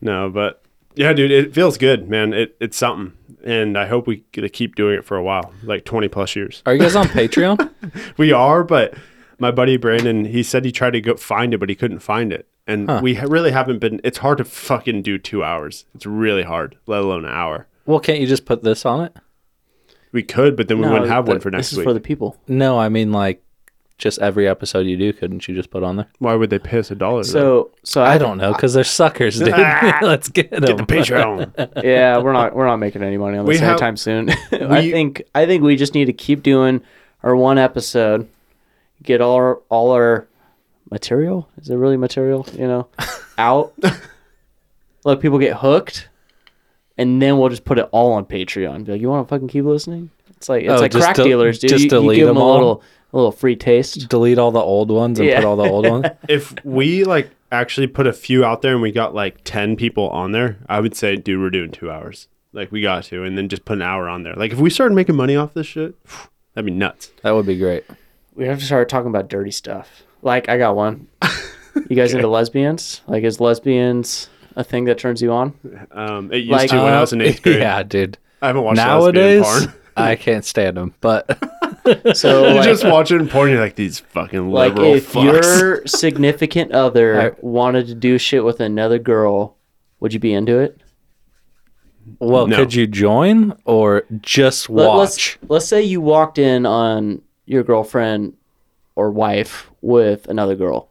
Speaker 2: No, but yeah, dude, it feels good, man. It, it's something. And I hope we get to keep doing it for a while, like 20 plus years.
Speaker 4: Are you guys on Patreon?
Speaker 2: We are, but my buddy Brandon, he said he tried to go find it, but he couldn't find it. And we ha- really haven't been. It's hard to fucking do two hours. It's really hard, let alone an hour.
Speaker 4: well, can't you just put this on it?
Speaker 2: We could, but then we wouldn't have one
Speaker 3: th-
Speaker 2: for next
Speaker 3: This is
Speaker 2: week.
Speaker 3: for the people.
Speaker 4: No, I mean like just every episode you do. Couldn't you just put on there?
Speaker 2: Why would they pay us a dollar? So
Speaker 3: So, so
Speaker 4: I don't know because they're suckers, dude. Let's get them.
Speaker 2: get the Patreon.
Speaker 3: yeah, we're not we're not making any money on
Speaker 2: We
Speaker 3: this
Speaker 2: have-
Speaker 3: anytime soon. I think I think we just need to keep doing our one episode, get all our, all our material. Is it really material? You know, out. Let people get hooked, and then we'll just put it all on Patreon. Be like, you want to fucking keep listening? It's like it's
Speaker 4: Oh,
Speaker 3: like
Speaker 4: just
Speaker 3: crack
Speaker 4: del-
Speaker 3: dealers, dude.
Speaker 4: just
Speaker 3: you, you
Speaker 4: delete
Speaker 3: give them,
Speaker 4: them
Speaker 3: a
Speaker 4: all?
Speaker 3: little a little free taste.
Speaker 4: Delete all the old ones and
Speaker 3: Yeah.
Speaker 4: put all the old ones.
Speaker 2: If we like actually put a few out there and we got like 10 people on there, I would say, dude, we're doing two hours. Like we got to, and then just put an hour on there. Like if we started making money off this shit, that'd be nuts.
Speaker 4: That would be great.
Speaker 3: We have to start talking about dirty stuff. Like I got one. You guys into lesbians? Like is lesbians a thing that turns you on?
Speaker 2: Um, it used
Speaker 3: Like-
Speaker 2: to when I was in eighth grade.
Speaker 4: Yeah, dude.
Speaker 2: I haven't watched
Speaker 4: Nowadays,
Speaker 2: lesbian porn.
Speaker 4: I can't stand them. But
Speaker 3: So
Speaker 2: You
Speaker 3: like,
Speaker 2: just watch it in porn, you're like these fucking
Speaker 3: like
Speaker 2: liberal
Speaker 3: if
Speaker 2: fucks.
Speaker 3: your significant other wanted to do shit with another girl, would you be into it?
Speaker 4: well,
Speaker 2: No.
Speaker 4: could you join or just
Speaker 3: Let-
Speaker 4: watch?
Speaker 3: Let's let's say you walked in on your girlfriend or wife with another girl.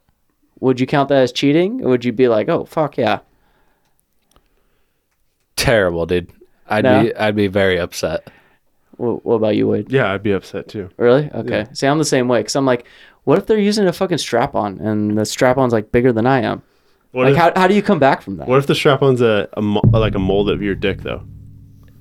Speaker 3: Would you count that as cheating? Or would you be like, oh fuck yeah?
Speaker 4: Terrible, dude. I'd
Speaker 3: No.
Speaker 4: be I'd be very upset.
Speaker 3: What, what about you, Wade?
Speaker 2: yeah, I'd be upset too.
Speaker 3: Really? Okay. See, I'm the same way. Cause I'm like, what if they're using a fucking strap on and the strap on's like bigger than I am?
Speaker 2: What
Speaker 3: like,
Speaker 2: if,
Speaker 3: how, how do you come back from that?
Speaker 2: what if the strap on's a, a mo- like a mold of your dick though?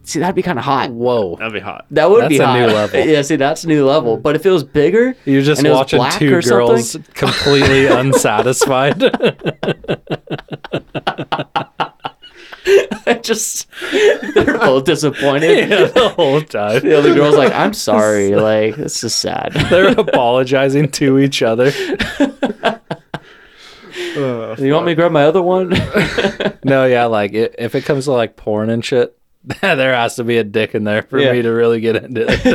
Speaker 3: See, that'd be kind of hot.
Speaker 4: Whoa.
Speaker 2: That'd be hot.
Speaker 3: That would be
Speaker 4: That's a
Speaker 3: hot.
Speaker 4: new level. Mm.
Speaker 3: yeah. See, that's new level. But if it was bigger,
Speaker 4: You're just
Speaker 3: and it was
Speaker 4: watching
Speaker 3: black
Speaker 4: two
Speaker 3: or something-
Speaker 4: girls completely unsatisfied.
Speaker 3: I just they're both disappointed.
Speaker 4: the whole time.
Speaker 3: The other girl's like, I'm sorry. Like, this is sad.
Speaker 4: They're apologizing to each other.
Speaker 3: You want me to grab my other one?
Speaker 4: No, yeah, like i if it comes to like porn and shit, there has to be a dick in there for
Speaker 3: Yeah.
Speaker 4: me to really get into it.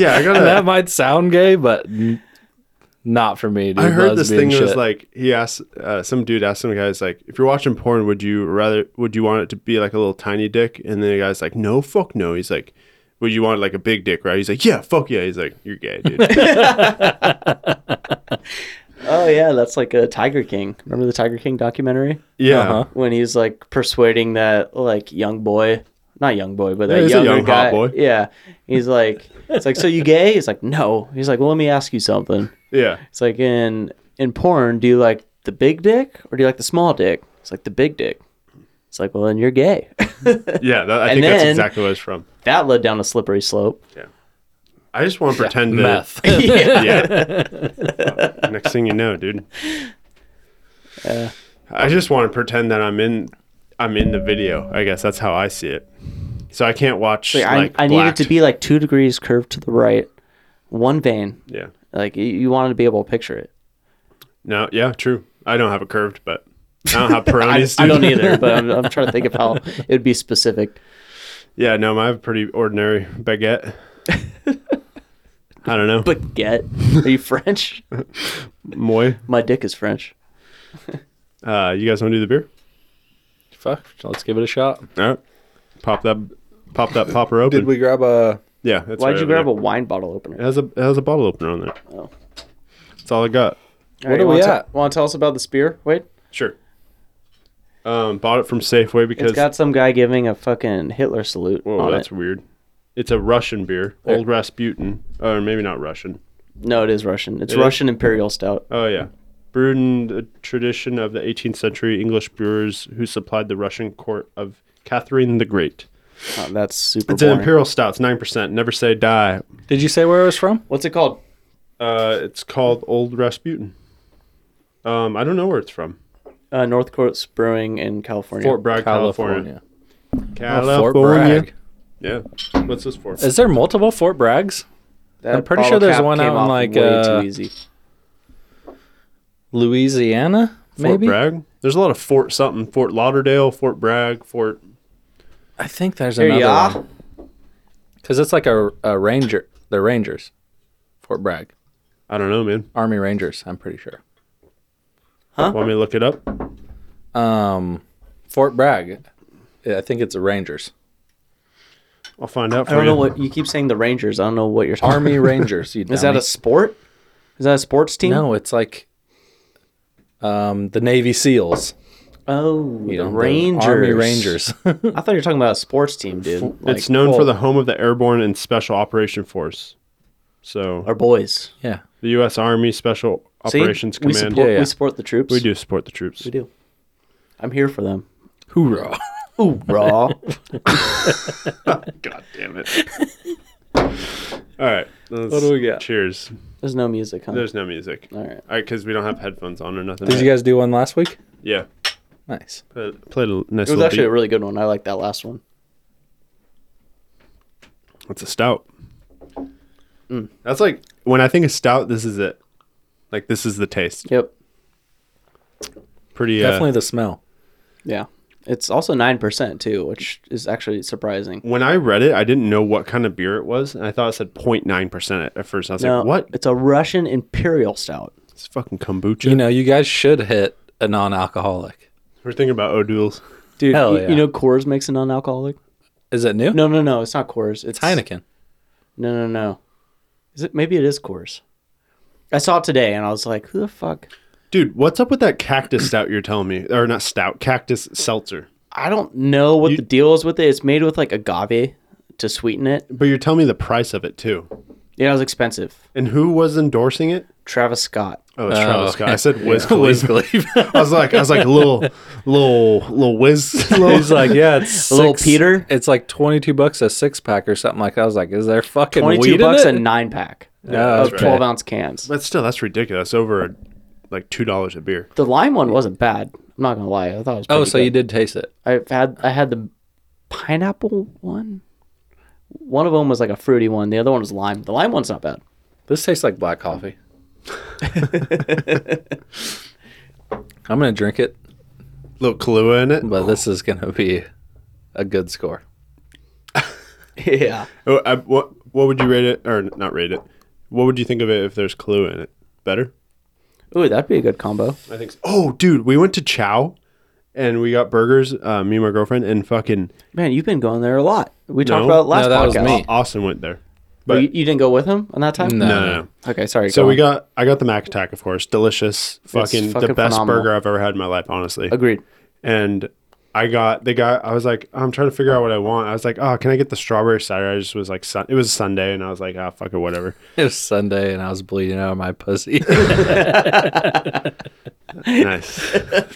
Speaker 2: Yeah, I gotta.
Speaker 4: that might sound gay, but n- not for me. Dude.
Speaker 2: I heard this
Speaker 4: Lesbian
Speaker 2: thing was
Speaker 4: shit.
Speaker 2: like he asked uh, some dude asked some guys like if you're watching porn would you rather would you want it to be like a little tiny dick and then the guy's like no fuck no he's like would you want like a big dick right he's like yeah fuck yeah he's like you're gay dude
Speaker 3: oh yeah, that's like a Tiger King. Remember the Tiger King documentary
Speaker 2: yeah
Speaker 4: Uh-huh.
Speaker 3: when he's like persuading that like young boy, not young boy, but
Speaker 2: Yeah,
Speaker 3: that
Speaker 2: he's a
Speaker 3: younger
Speaker 2: young
Speaker 3: guy.
Speaker 2: hot boy.
Speaker 3: Yeah, he's like, it's like, so you gay? He's like, no. He's like, well, let me ask you something.
Speaker 2: yeah
Speaker 3: It's like in in porn, do you like the big dick or do you like the small dick? It's like the big dick. It's like, well, then you're gay.
Speaker 2: yeah that, I
Speaker 3: And
Speaker 2: think that's
Speaker 3: then-
Speaker 2: exactly what it's from
Speaker 3: that led down a slippery slope.
Speaker 2: I just want to pretend that
Speaker 4: meth.
Speaker 2: yeah Fuck, next thing you know dude I just want to pretend that I'm in I'm in the video I guess that's how I see it so I can't watch
Speaker 3: Like, I,
Speaker 2: like
Speaker 3: I need it to
Speaker 2: blacked-
Speaker 3: be like two degrees curved to the right, one vein.
Speaker 2: yeah
Speaker 3: Like you, you wanted to be able to picture it.
Speaker 2: No, yeah, true. I don't have it curved, but I don't have Peronis.
Speaker 3: I don't
Speaker 2: dude.
Speaker 3: either, but I'm, I'm trying to think of how it would be specific.
Speaker 2: Yeah, no, I have a pretty ordinary baguette. I don't know.
Speaker 3: But get, are you French?
Speaker 2: Moy,
Speaker 3: My dick is French.
Speaker 2: uh, you guys want to do the beer?
Speaker 4: Fuck, let's give it a shot.
Speaker 2: All right. Pop that, pop that popper open.
Speaker 4: grab a?
Speaker 2: Yeah. That's
Speaker 3: Why'd
Speaker 2: right
Speaker 3: you
Speaker 2: over
Speaker 3: grab a
Speaker 2: there.
Speaker 3: wine bottle
Speaker 2: It
Speaker 3: opener?
Speaker 2: has a it has a bottle opener on there.
Speaker 3: Oh.
Speaker 2: That's all I got.
Speaker 3: What
Speaker 4: are we at?
Speaker 3: Want to tell us about the spear? Wait,
Speaker 2: Sure. Um, bought it from Safeway because
Speaker 3: it's got some guy giving a fucking Hitler salute
Speaker 2: whoa,
Speaker 3: on
Speaker 2: that's
Speaker 3: it.
Speaker 2: weird. It's a Russian beer, Old Rasputin, or maybe not Russian.
Speaker 3: No, it is Russian. It's
Speaker 2: It is?
Speaker 3: Russian Imperial Stout.
Speaker 2: Oh yeah, brewed in the tradition of the 18th century English brewers who supplied the Russian court of Catherine the Great.
Speaker 3: Oh, that's super.
Speaker 2: It's an
Speaker 3: boring.
Speaker 2: imperial stout. It's nine percent. Never say die.
Speaker 4: Did you say where it was from?
Speaker 3: What's it called?
Speaker 2: Uh, it's called Old Rasputin. Um, I don't know where it's from.
Speaker 3: Uh, North Coast Brewing in California.
Speaker 2: Fort Bragg, California.
Speaker 4: California.
Speaker 2: California.
Speaker 4: Oh, Fort Bragg.
Speaker 2: Yeah. What's this for?
Speaker 4: Is there multiple Fort Braggs?
Speaker 3: That
Speaker 4: I'm pretty sure
Speaker 3: bottle
Speaker 4: there's
Speaker 3: cap
Speaker 4: one
Speaker 3: came
Speaker 4: out in,
Speaker 3: off
Speaker 4: like,
Speaker 3: way
Speaker 4: uh,
Speaker 3: too easy.
Speaker 4: Louisiana,
Speaker 2: Fort
Speaker 4: maybe.
Speaker 2: Bragg. There's a lot of Fort something. Fort Lauderdale. Fort Bragg. Fort.
Speaker 4: I think there's
Speaker 3: Here you
Speaker 4: another
Speaker 3: are.
Speaker 4: one. Because it's like a, a ranger. The Rangers. Fort Bragg.
Speaker 2: I don't know, man.
Speaker 4: Army Rangers, I'm pretty sure.
Speaker 2: Want me to look it up?
Speaker 4: Um, Fort Bragg. Yeah, I think it's the Rangers.
Speaker 2: I'll find out for
Speaker 3: I don't
Speaker 2: you.
Speaker 3: know what you keep saying. The Rangers. I don't know what you're talking.
Speaker 4: Army Rangers. You
Speaker 3: Is that a sport? Is that a sports team?
Speaker 4: no? It's like um the Navy SEAls.
Speaker 3: Oh,
Speaker 4: you
Speaker 3: the
Speaker 4: know,
Speaker 3: Rangers.
Speaker 4: Army Rangers.
Speaker 3: I thought you were talking about a sports team, dude. Like
Speaker 2: it's known for
Speaker 4: Fort-
Speaker 2: the home of the Airborne and Special Operation Force. So
Speaker 3: our boys.
Speaker 4: yeah.
Speaker 2: The U.S. Army Special
Speaker 3: See?
Speaker 2: Operations
Speaker 3: We
Speaker 2: Command.
Speaker 3: support,
Speaker 4: Yeah, yeah.
Speaker 3: we support the troops.
Speaker 2: We do support the troops.
Speaker 3: We do. I'm here for them.
Speaker 4: Hoorah.
Speaker 3: Ooh, raw.
Speaker 2: God damn it. All right.
Speaker 4: What do we got?
Speaker 2: Cheers.
Speaker 3: There's no music, huh?
Speaker 2: There's no music. All
Speaker 3: All right.
Speaker 2: right, because we don't have headphones on or nothing.
Speaker 4: Did you guys do one last week?
Speaker 2: yeah.
Speaker 4: Nice.
Speaker 2: Play, played a nice
Speaker 3: It was
Speaker 2: little
Speaker 3: actually
Speaker 2: beat.
Speaker 3: a really good one. I like that last one.
Speaker 2: It's a stout.
Speaker 3: Mm.
Speaker 2: That's like when I think of stout, this is it. Like this is the taste.
Speaker 3: Yep.
Speaker 2: Pretty uh,
Speaker 4: Definitely the smell.
Speaker 3: Yeah. It's also 9% too, which is actually surprising.
Speaker 2: When I read it, I didn't know what kind of beer it was, and I thought it said 0.9 percent at first. I was
Speaker 3: No,
Speaker 2: like, "What?
Speaker 3: It's a Russian imperial stout.
Speaker 2: It's fucking kombucha."
Speaker 4: You know, you guys should hit a non-alcoholic.
Speaker 2: We're thinking about O'Doul's.
Speaker 3: Dude,
Speaker 4: Hell
Speaker 3: you,
Speaker 4: yeah.
Speaker 3: you know Coors makes a non-alcoholic?
Speaker 4: Is it new?
Speaker 3: No, no, no. It's not Coors. It's
Speaker 4: It's Heineken.
Speaker 3: No, no, no. Is it? Maybe it is Coors. I saw it today, and I was like, "Who the fuck?"
Speaker 2: Dude, what's up with that cactus stout you're telling me? Or not stout, cactus seltzer.
Speaker 3: I don't know what
Speaker 2: You-
Speaker 3: the deal is with it. It's made with like agave to sweeten it.
Speaker 2: But you're telling me the price of it too.
Speaker 3: Yeah, it was expensive.
Speaker 2: And who was endorsing it?
Speaker 3: Travis Scott.
Speaker 2: Oh, it's Travis Scott. I said Wiz
Speaker 4: Wiz
Speaker 2: Khalifa. I was like, I was like, little, little, little Wiz. Little.
Speaker 4: He's like, yeah, it's
Speaker 3: A little
Speaker 4: six-
Speaker 3: Peter?
Speaker 4: It's like twenty-two bucks a six pack or something like that. I was like, is there fucking
Speaker 3: Twenty-two
Speaker 4: weed
Speaker 3: bucks a
Speaker 4: in it?
Speaker 3: nine pack
Speaker 4: Yeah,
Speaker 3: of
Speaker 4: that's
Speaker 3: twelve
Speaker 4: right.
Speaker 3: ounce cans.
Speaker 2: But still, that's ridiculous. Over like two dollars a beer.
Speaker 3: The lime one wasn't bad. I'm not gonna lie. I thought it was.
Speaker 4: Oh,
Speaker 3: pretty
Speaker 4: so
Speaker 3: good.
Speaker 4: you did taste it?
Speaker 3: I've had I had the pineapple one. One of them was like a fruity one. The other one was lime. The lime one's not bad.
Speaker 4: This tastes like black coffee. I'm gonna drink it,
Speaker 2: Little Kahlua in it.
Speaker 4: but this is gonna be a good score.
Speaker 3: yeah.
Speaker 2: Oh, I, what what would you rate it or not rate it? What would you think of it if there's Kahlua in it? Better?
Speaker 3: Ooh, that'd be a good combo.
Speaker 2: I think. So. Oh, dude, we went to Chow, and we got burgers. Uh, me and my girlfriend, and fucking
Speaker 3: Man, you've been going there a lot. We talked
Speaker 2: No.
Speaker 3: about it last
Speaker 4: No, that was
Speaker 3: podcast.
Speaker 4: me.
Speaker 2: Austin went there.
Speaker 3: Oh,
Speaker 2: But
Speaker 3: you, you didn't go with him on that time?
Speaker 4: No.
Speaker 2: no, no, no.
Speaker 3: Okay, sorry.
Speaker 2: So
Speaker 3: go
Speaker 2: we
Speaker 3: on.
Speaker 2: got I got the Mac Attack, of course, delicious, fucking, the
Speaker 3: fucking
Speaker 2: best
Speaker 3: phenomenal.
Speaker 2: burger I've ever had in my life, honestly.
Speaker 3: agreed.
Speaker 2: and I got the guy. I was like, I'm trying to figure out what I want. I was like, oh, can I get the strawberry cider? I just was like, sun- it was Sunday, and I was like, ah, fuck it, whatever.
Speaker 4: It was Sunday, and I was bleeding out of my pussy.
Speaker 2: nice.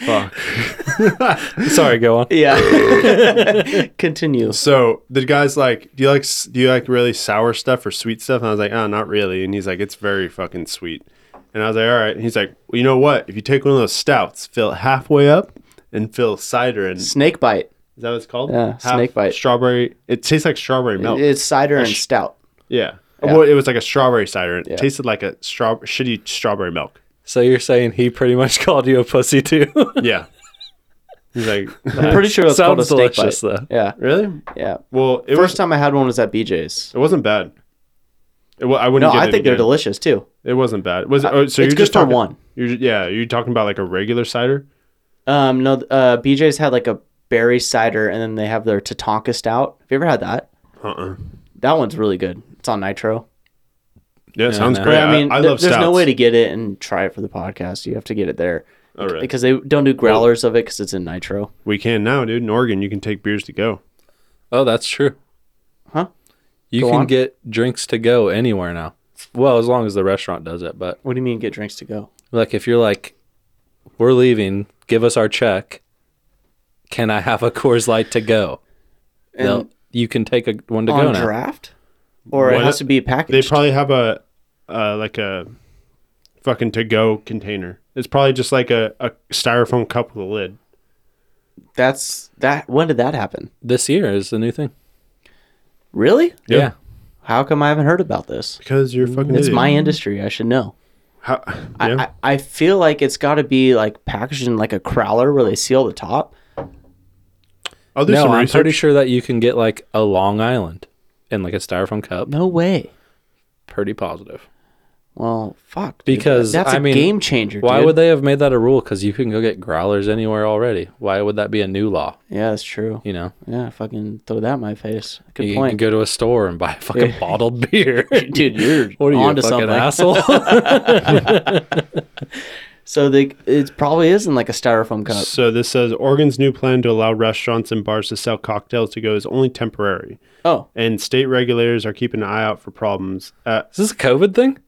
Speaker 2: fuck.
Speaker 4: Sorry, go on.
Speaker 3: Yeah. Continue.
Speaker 2: So the guy's like, do you like s- do you like really sour stuff or sweet stuff? And I was like, oh, not really. And he's like, it's very fucking sweet. And I was like, all right. And he's like, well, you know what? If you take one of those stouts, fill it halfway up, and fill cider in. Is
Speaker 3: Snake bite.
Speaker 2: that what it's called?
Speaker 3: Yeah, snake bite.
Speaker 2: Strawberry. It tastes like strawberry milk.
Speaker 3: It's cider and stout.
Speaker 2: Yeah. Well, it was like a strawberry cider. It tasted like a straw shitty strawberry milk.
Speaker 4: So you're saying he pretty much called you a pussy too?
Speaker 2: Yeah. He's like,
Speaker 3: I'm pretty sure it's called a
Speaker 4: Sounds
Speaker 3: snake bite.
Speaker 4: delicious, though.
Speaker 3: Yeah.
Speaker 2: really?
Speaker 3: Yeah.
Speaker 2: Well, it
Speaker 3: First
Speaker 2: was.
Speaker 3: time I had one was at BJ's.
Speaker 2: It wasn't bad. It, wa- I
Speaker 3: No,
Speaker 2: wouldn't. get
Speaker 3: I
Speaker 2: it
Speaker 3: think they're
Speaker 2: again.
Speaker 3: delicious too.
Speaker 2: It wasn't bad. Was it, oh, so
Speaker 3: it's
Speaker 2: you're
Speaker 3: good
Speaker 2: just
Speaker 3: for
Speaker 2: talking,
Speaker 3: one.
Speaker 2: You're, ju- yeah, you're talking about like a regular cider.
Speaker 3: Um, no, uh, BJ's had like a berry cider, and then they have their Tatanka stout. Have you ever had that?
Speaker 2: Uh. uh
Speaker 3: That one's really good. It's on nitro.
Speaker 2: Yeah, sounds
Speaker 4: no.
Speaker 2: great.
Speaker 3: But I mean,
Speaker 2: I,
Speaker 3: there-
Speaker 2: love
Speaker 3: there's no
Speaker 2: stouts.
Speaker 3: way to get it and try it for the podcast. You have to get it there.
Speaker 2: Oh, really?
Speaker 3: Because they don't do growlers of it because it's in nitro.
Speaker 2: We can now, dude. In Oregon, you can take beers to go.
Speaker 4: Oh, that's true.
Speaker 3: Huh?
Speaker 4: You
Speaker 3: Go
Speaker 4: can
Speaker 3: on.
Speaker 4: get drinks to go anywhere now. Well, as long as the restaurant does it. But
Speaker 3: What do you mean get drinks to go?
Speaker 4: like, if you're like, we're leaving, give us our check. Can I have a Coors Light to go? No,
Speaker 3: And-
Speaker 4: you can take a one to go
Speaker 3: on
Speaker 4: now.
Speaker 3: draft, or it
Speaker 2: What
Speaker 3: has
Speaker 2: if-
Speaker 3: to be
Speaker 2: They
Speaker 3: packaged.
Speaker 2: probably have a, uh, like a, fucking to go container. It's probably just like a, a styrofoam cup with a lid.
Speaker 3: That's that. When did that happen?
Speaker 4: This year is the new thing.
Speaker 3: Really?
Speaker 2: Yep.
Speaker 4: Yeah.
Speaker 3: How come I haven't heard about this?
Speaker 2: Because you're a fucking.
Speaker 3: It's
Speaker 2: idiot.
Speaker 3: my industry. I should know.
Speaker 2: How,
Speaker 3: I-
Speaker 2: yeah.
Speaker 3: I, I feel like it's got to be like packaged in like a crowler where they seal the top.
Speaker 2: I'll do
Speaker 4: no,
Speaker 2: some
Speaker 4: I'm
Speaker 2: research.
Speaker 4: pretty sure that you can get like a Long Island in like a styrofoam cup.
Speaker 3: No way.
Speaker 4: Pretty positive.
Speaker 3: Well, fuck. dude.
Speaker 4: Because
Speaker 3: that's
Speaker 4: I
Speaker 3: a
Speaker 4: mean,
Speaker 3: game changer.
Speaker 4: Why
Speaker 3: dude.
Speaker 4: would they have made that a rule? Because you can go get growlers anywhere already. Why would that be a new law?
Speaker 3: Yeah, that's true.
Speaker 4: You know,
Speaker 3: Yeah, fucking throw that in my face. Good
Speaker 4: you can
Speaker 3: point,
Speaker 4: go to a store and buy a fucking bottled beer.
Speaker 3: dude. You're
Speaker 4: what are you, a
Speaker 3: onto
Speaker 4: fucking
Speaker 3: something.
Speaker 4: asshole?
Speaker 3: So they, it probably is in like a styrofoam cup.
Speaker 2: So this says Oregon's new plan to allow restaurants and bars to sell cocktails to go is only temporary,
Speaker 3: Oh,
Speaker 2: and state regulators are keeping an eye out for problems. Uh,
Speaker 4: is this a COVID thing?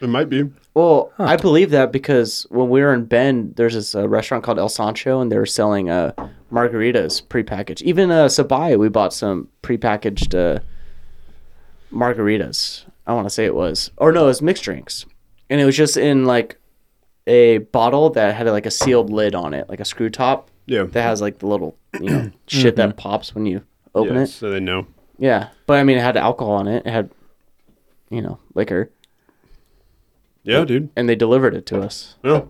Speaker 2: it might be.
Speaker 3: Well, I believe that because when we were in Bend, there's this uh, restaurant called El Sancho, and they were selling uh, margaritas prepackaged. Even uh, Sabaya, we bought some prepackaged uh, margaritas. I want to say it was, or no, it was mixed drinks, and it was just in like a bottle that had like a sealed lid on it, like a screw top.
Speaker 2: Yeah.
Speaker 3: That has like the little you know shit that pops when you open
Speaker 2: Yeah,
Speaker 3: it.
Speaker 2: so they know.
Speaker 3: Yeah, but I mean, it had alcohol on it. It had, you know, liquor,
Speaker 2: Yeah, dude.
Speaker 3: and they delivered it to us.
Speaker 2: Yeah.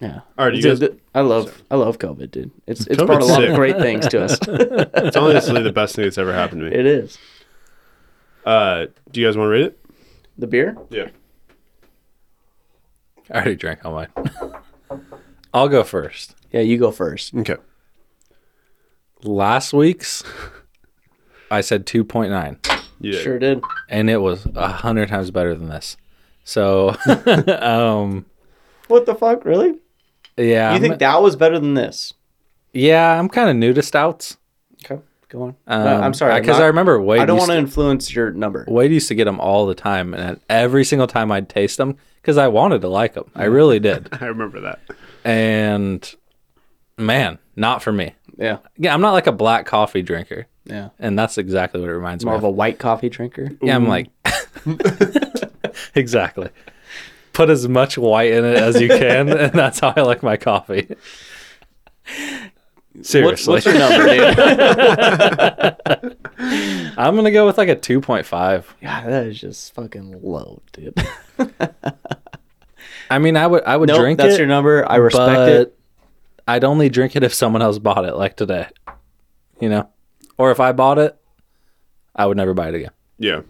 Speaker 3: Yeah.
Speaker 2: All right, you
Speaker 3: Dude,
Speaker 2: guys-
Speaker 3: th- I love I love COVID, dude. It's it's
Speaker 2: COVID's
Speaker 3: brought a lot
Speaker 2: sick.
Speaker 3: of great things to us.
Speaker 2: It's honestly the best thing that's ever happened to me.
Speaker 3: it is
Speaker 2: Uh, do you guys want to read it?
Speaker 3: the beer.
Speaker 2: Yeah.
Speaker 4: I already drank all mine. I'll go first.
Speaker 3: Yeah, you go first.
Speaker 2: Okay.
Speaker 4: Last week's, I said 2.9,
Speaker 2: Yeah.
Speaker 3: Sure did.
Speaker 4: and it was a 100 times better than this. So, um,
Speaker 3: What the fuck, really?
Speaker 4: yeah.
Speaker 3: You
Speaker 4: I'm-
Speaker 3: think that was better than this?
Speaker 4: yeah, I'm kind of new to stouts.
Speaker 3: Okay, go on.
Speaker 4: Um,
Speaker 3: Uh, I'm sorry, I'm
Speaker 4: Because
Speaker 3: not-
Speaker 4: I remember Wade,
Speaker 3: I don't
Speaker 4: used
Speaker 3: want to
Speaker 4: to,
Speaker 3: influence your number.
Speaker 4: Wade used to get them all the time, and every single time I'd taste them because I wanted to like them. I really did.
Speaker 2: I remember that.
Speaker 4: and man, not for me.
Speaker 3: Yeah,
Speaker 4: Yeah, I'm not like a black coffee drinker,
Speaker 3: yeah.
Speaker 4: and that's exactly what it reminds
Speaker 3: More of
Speaker 4: me
Speaker 3: a
Speaker 4: of.
Speaker 3: white coffee drinker.
Speaker 4: yeah, I'm like, exactly. Put as much white in it as you can, and that's how I like my coffee.
Speaker 3: What,
Speaker 4: Seriously,
Speaker 3: what's your number, dude?
Speaker 4: I'm gonna go with like a 2.5.
Speaker 3: God, that is just fucking low, dude.
Speaker 4: I mean, I would, I would
Speaker 3: Nope,
Speaker 4: drink
Speaker 3: that's
Speaker 4: it,
Speaker 3: your number. I respect
Speaker 4: but
Speaker 3: it.
Speaker 4: I'd only drink it if someone else bought it, like today, you know, or if I bought it, I would never buy it again.
Speaker 2: Yeah.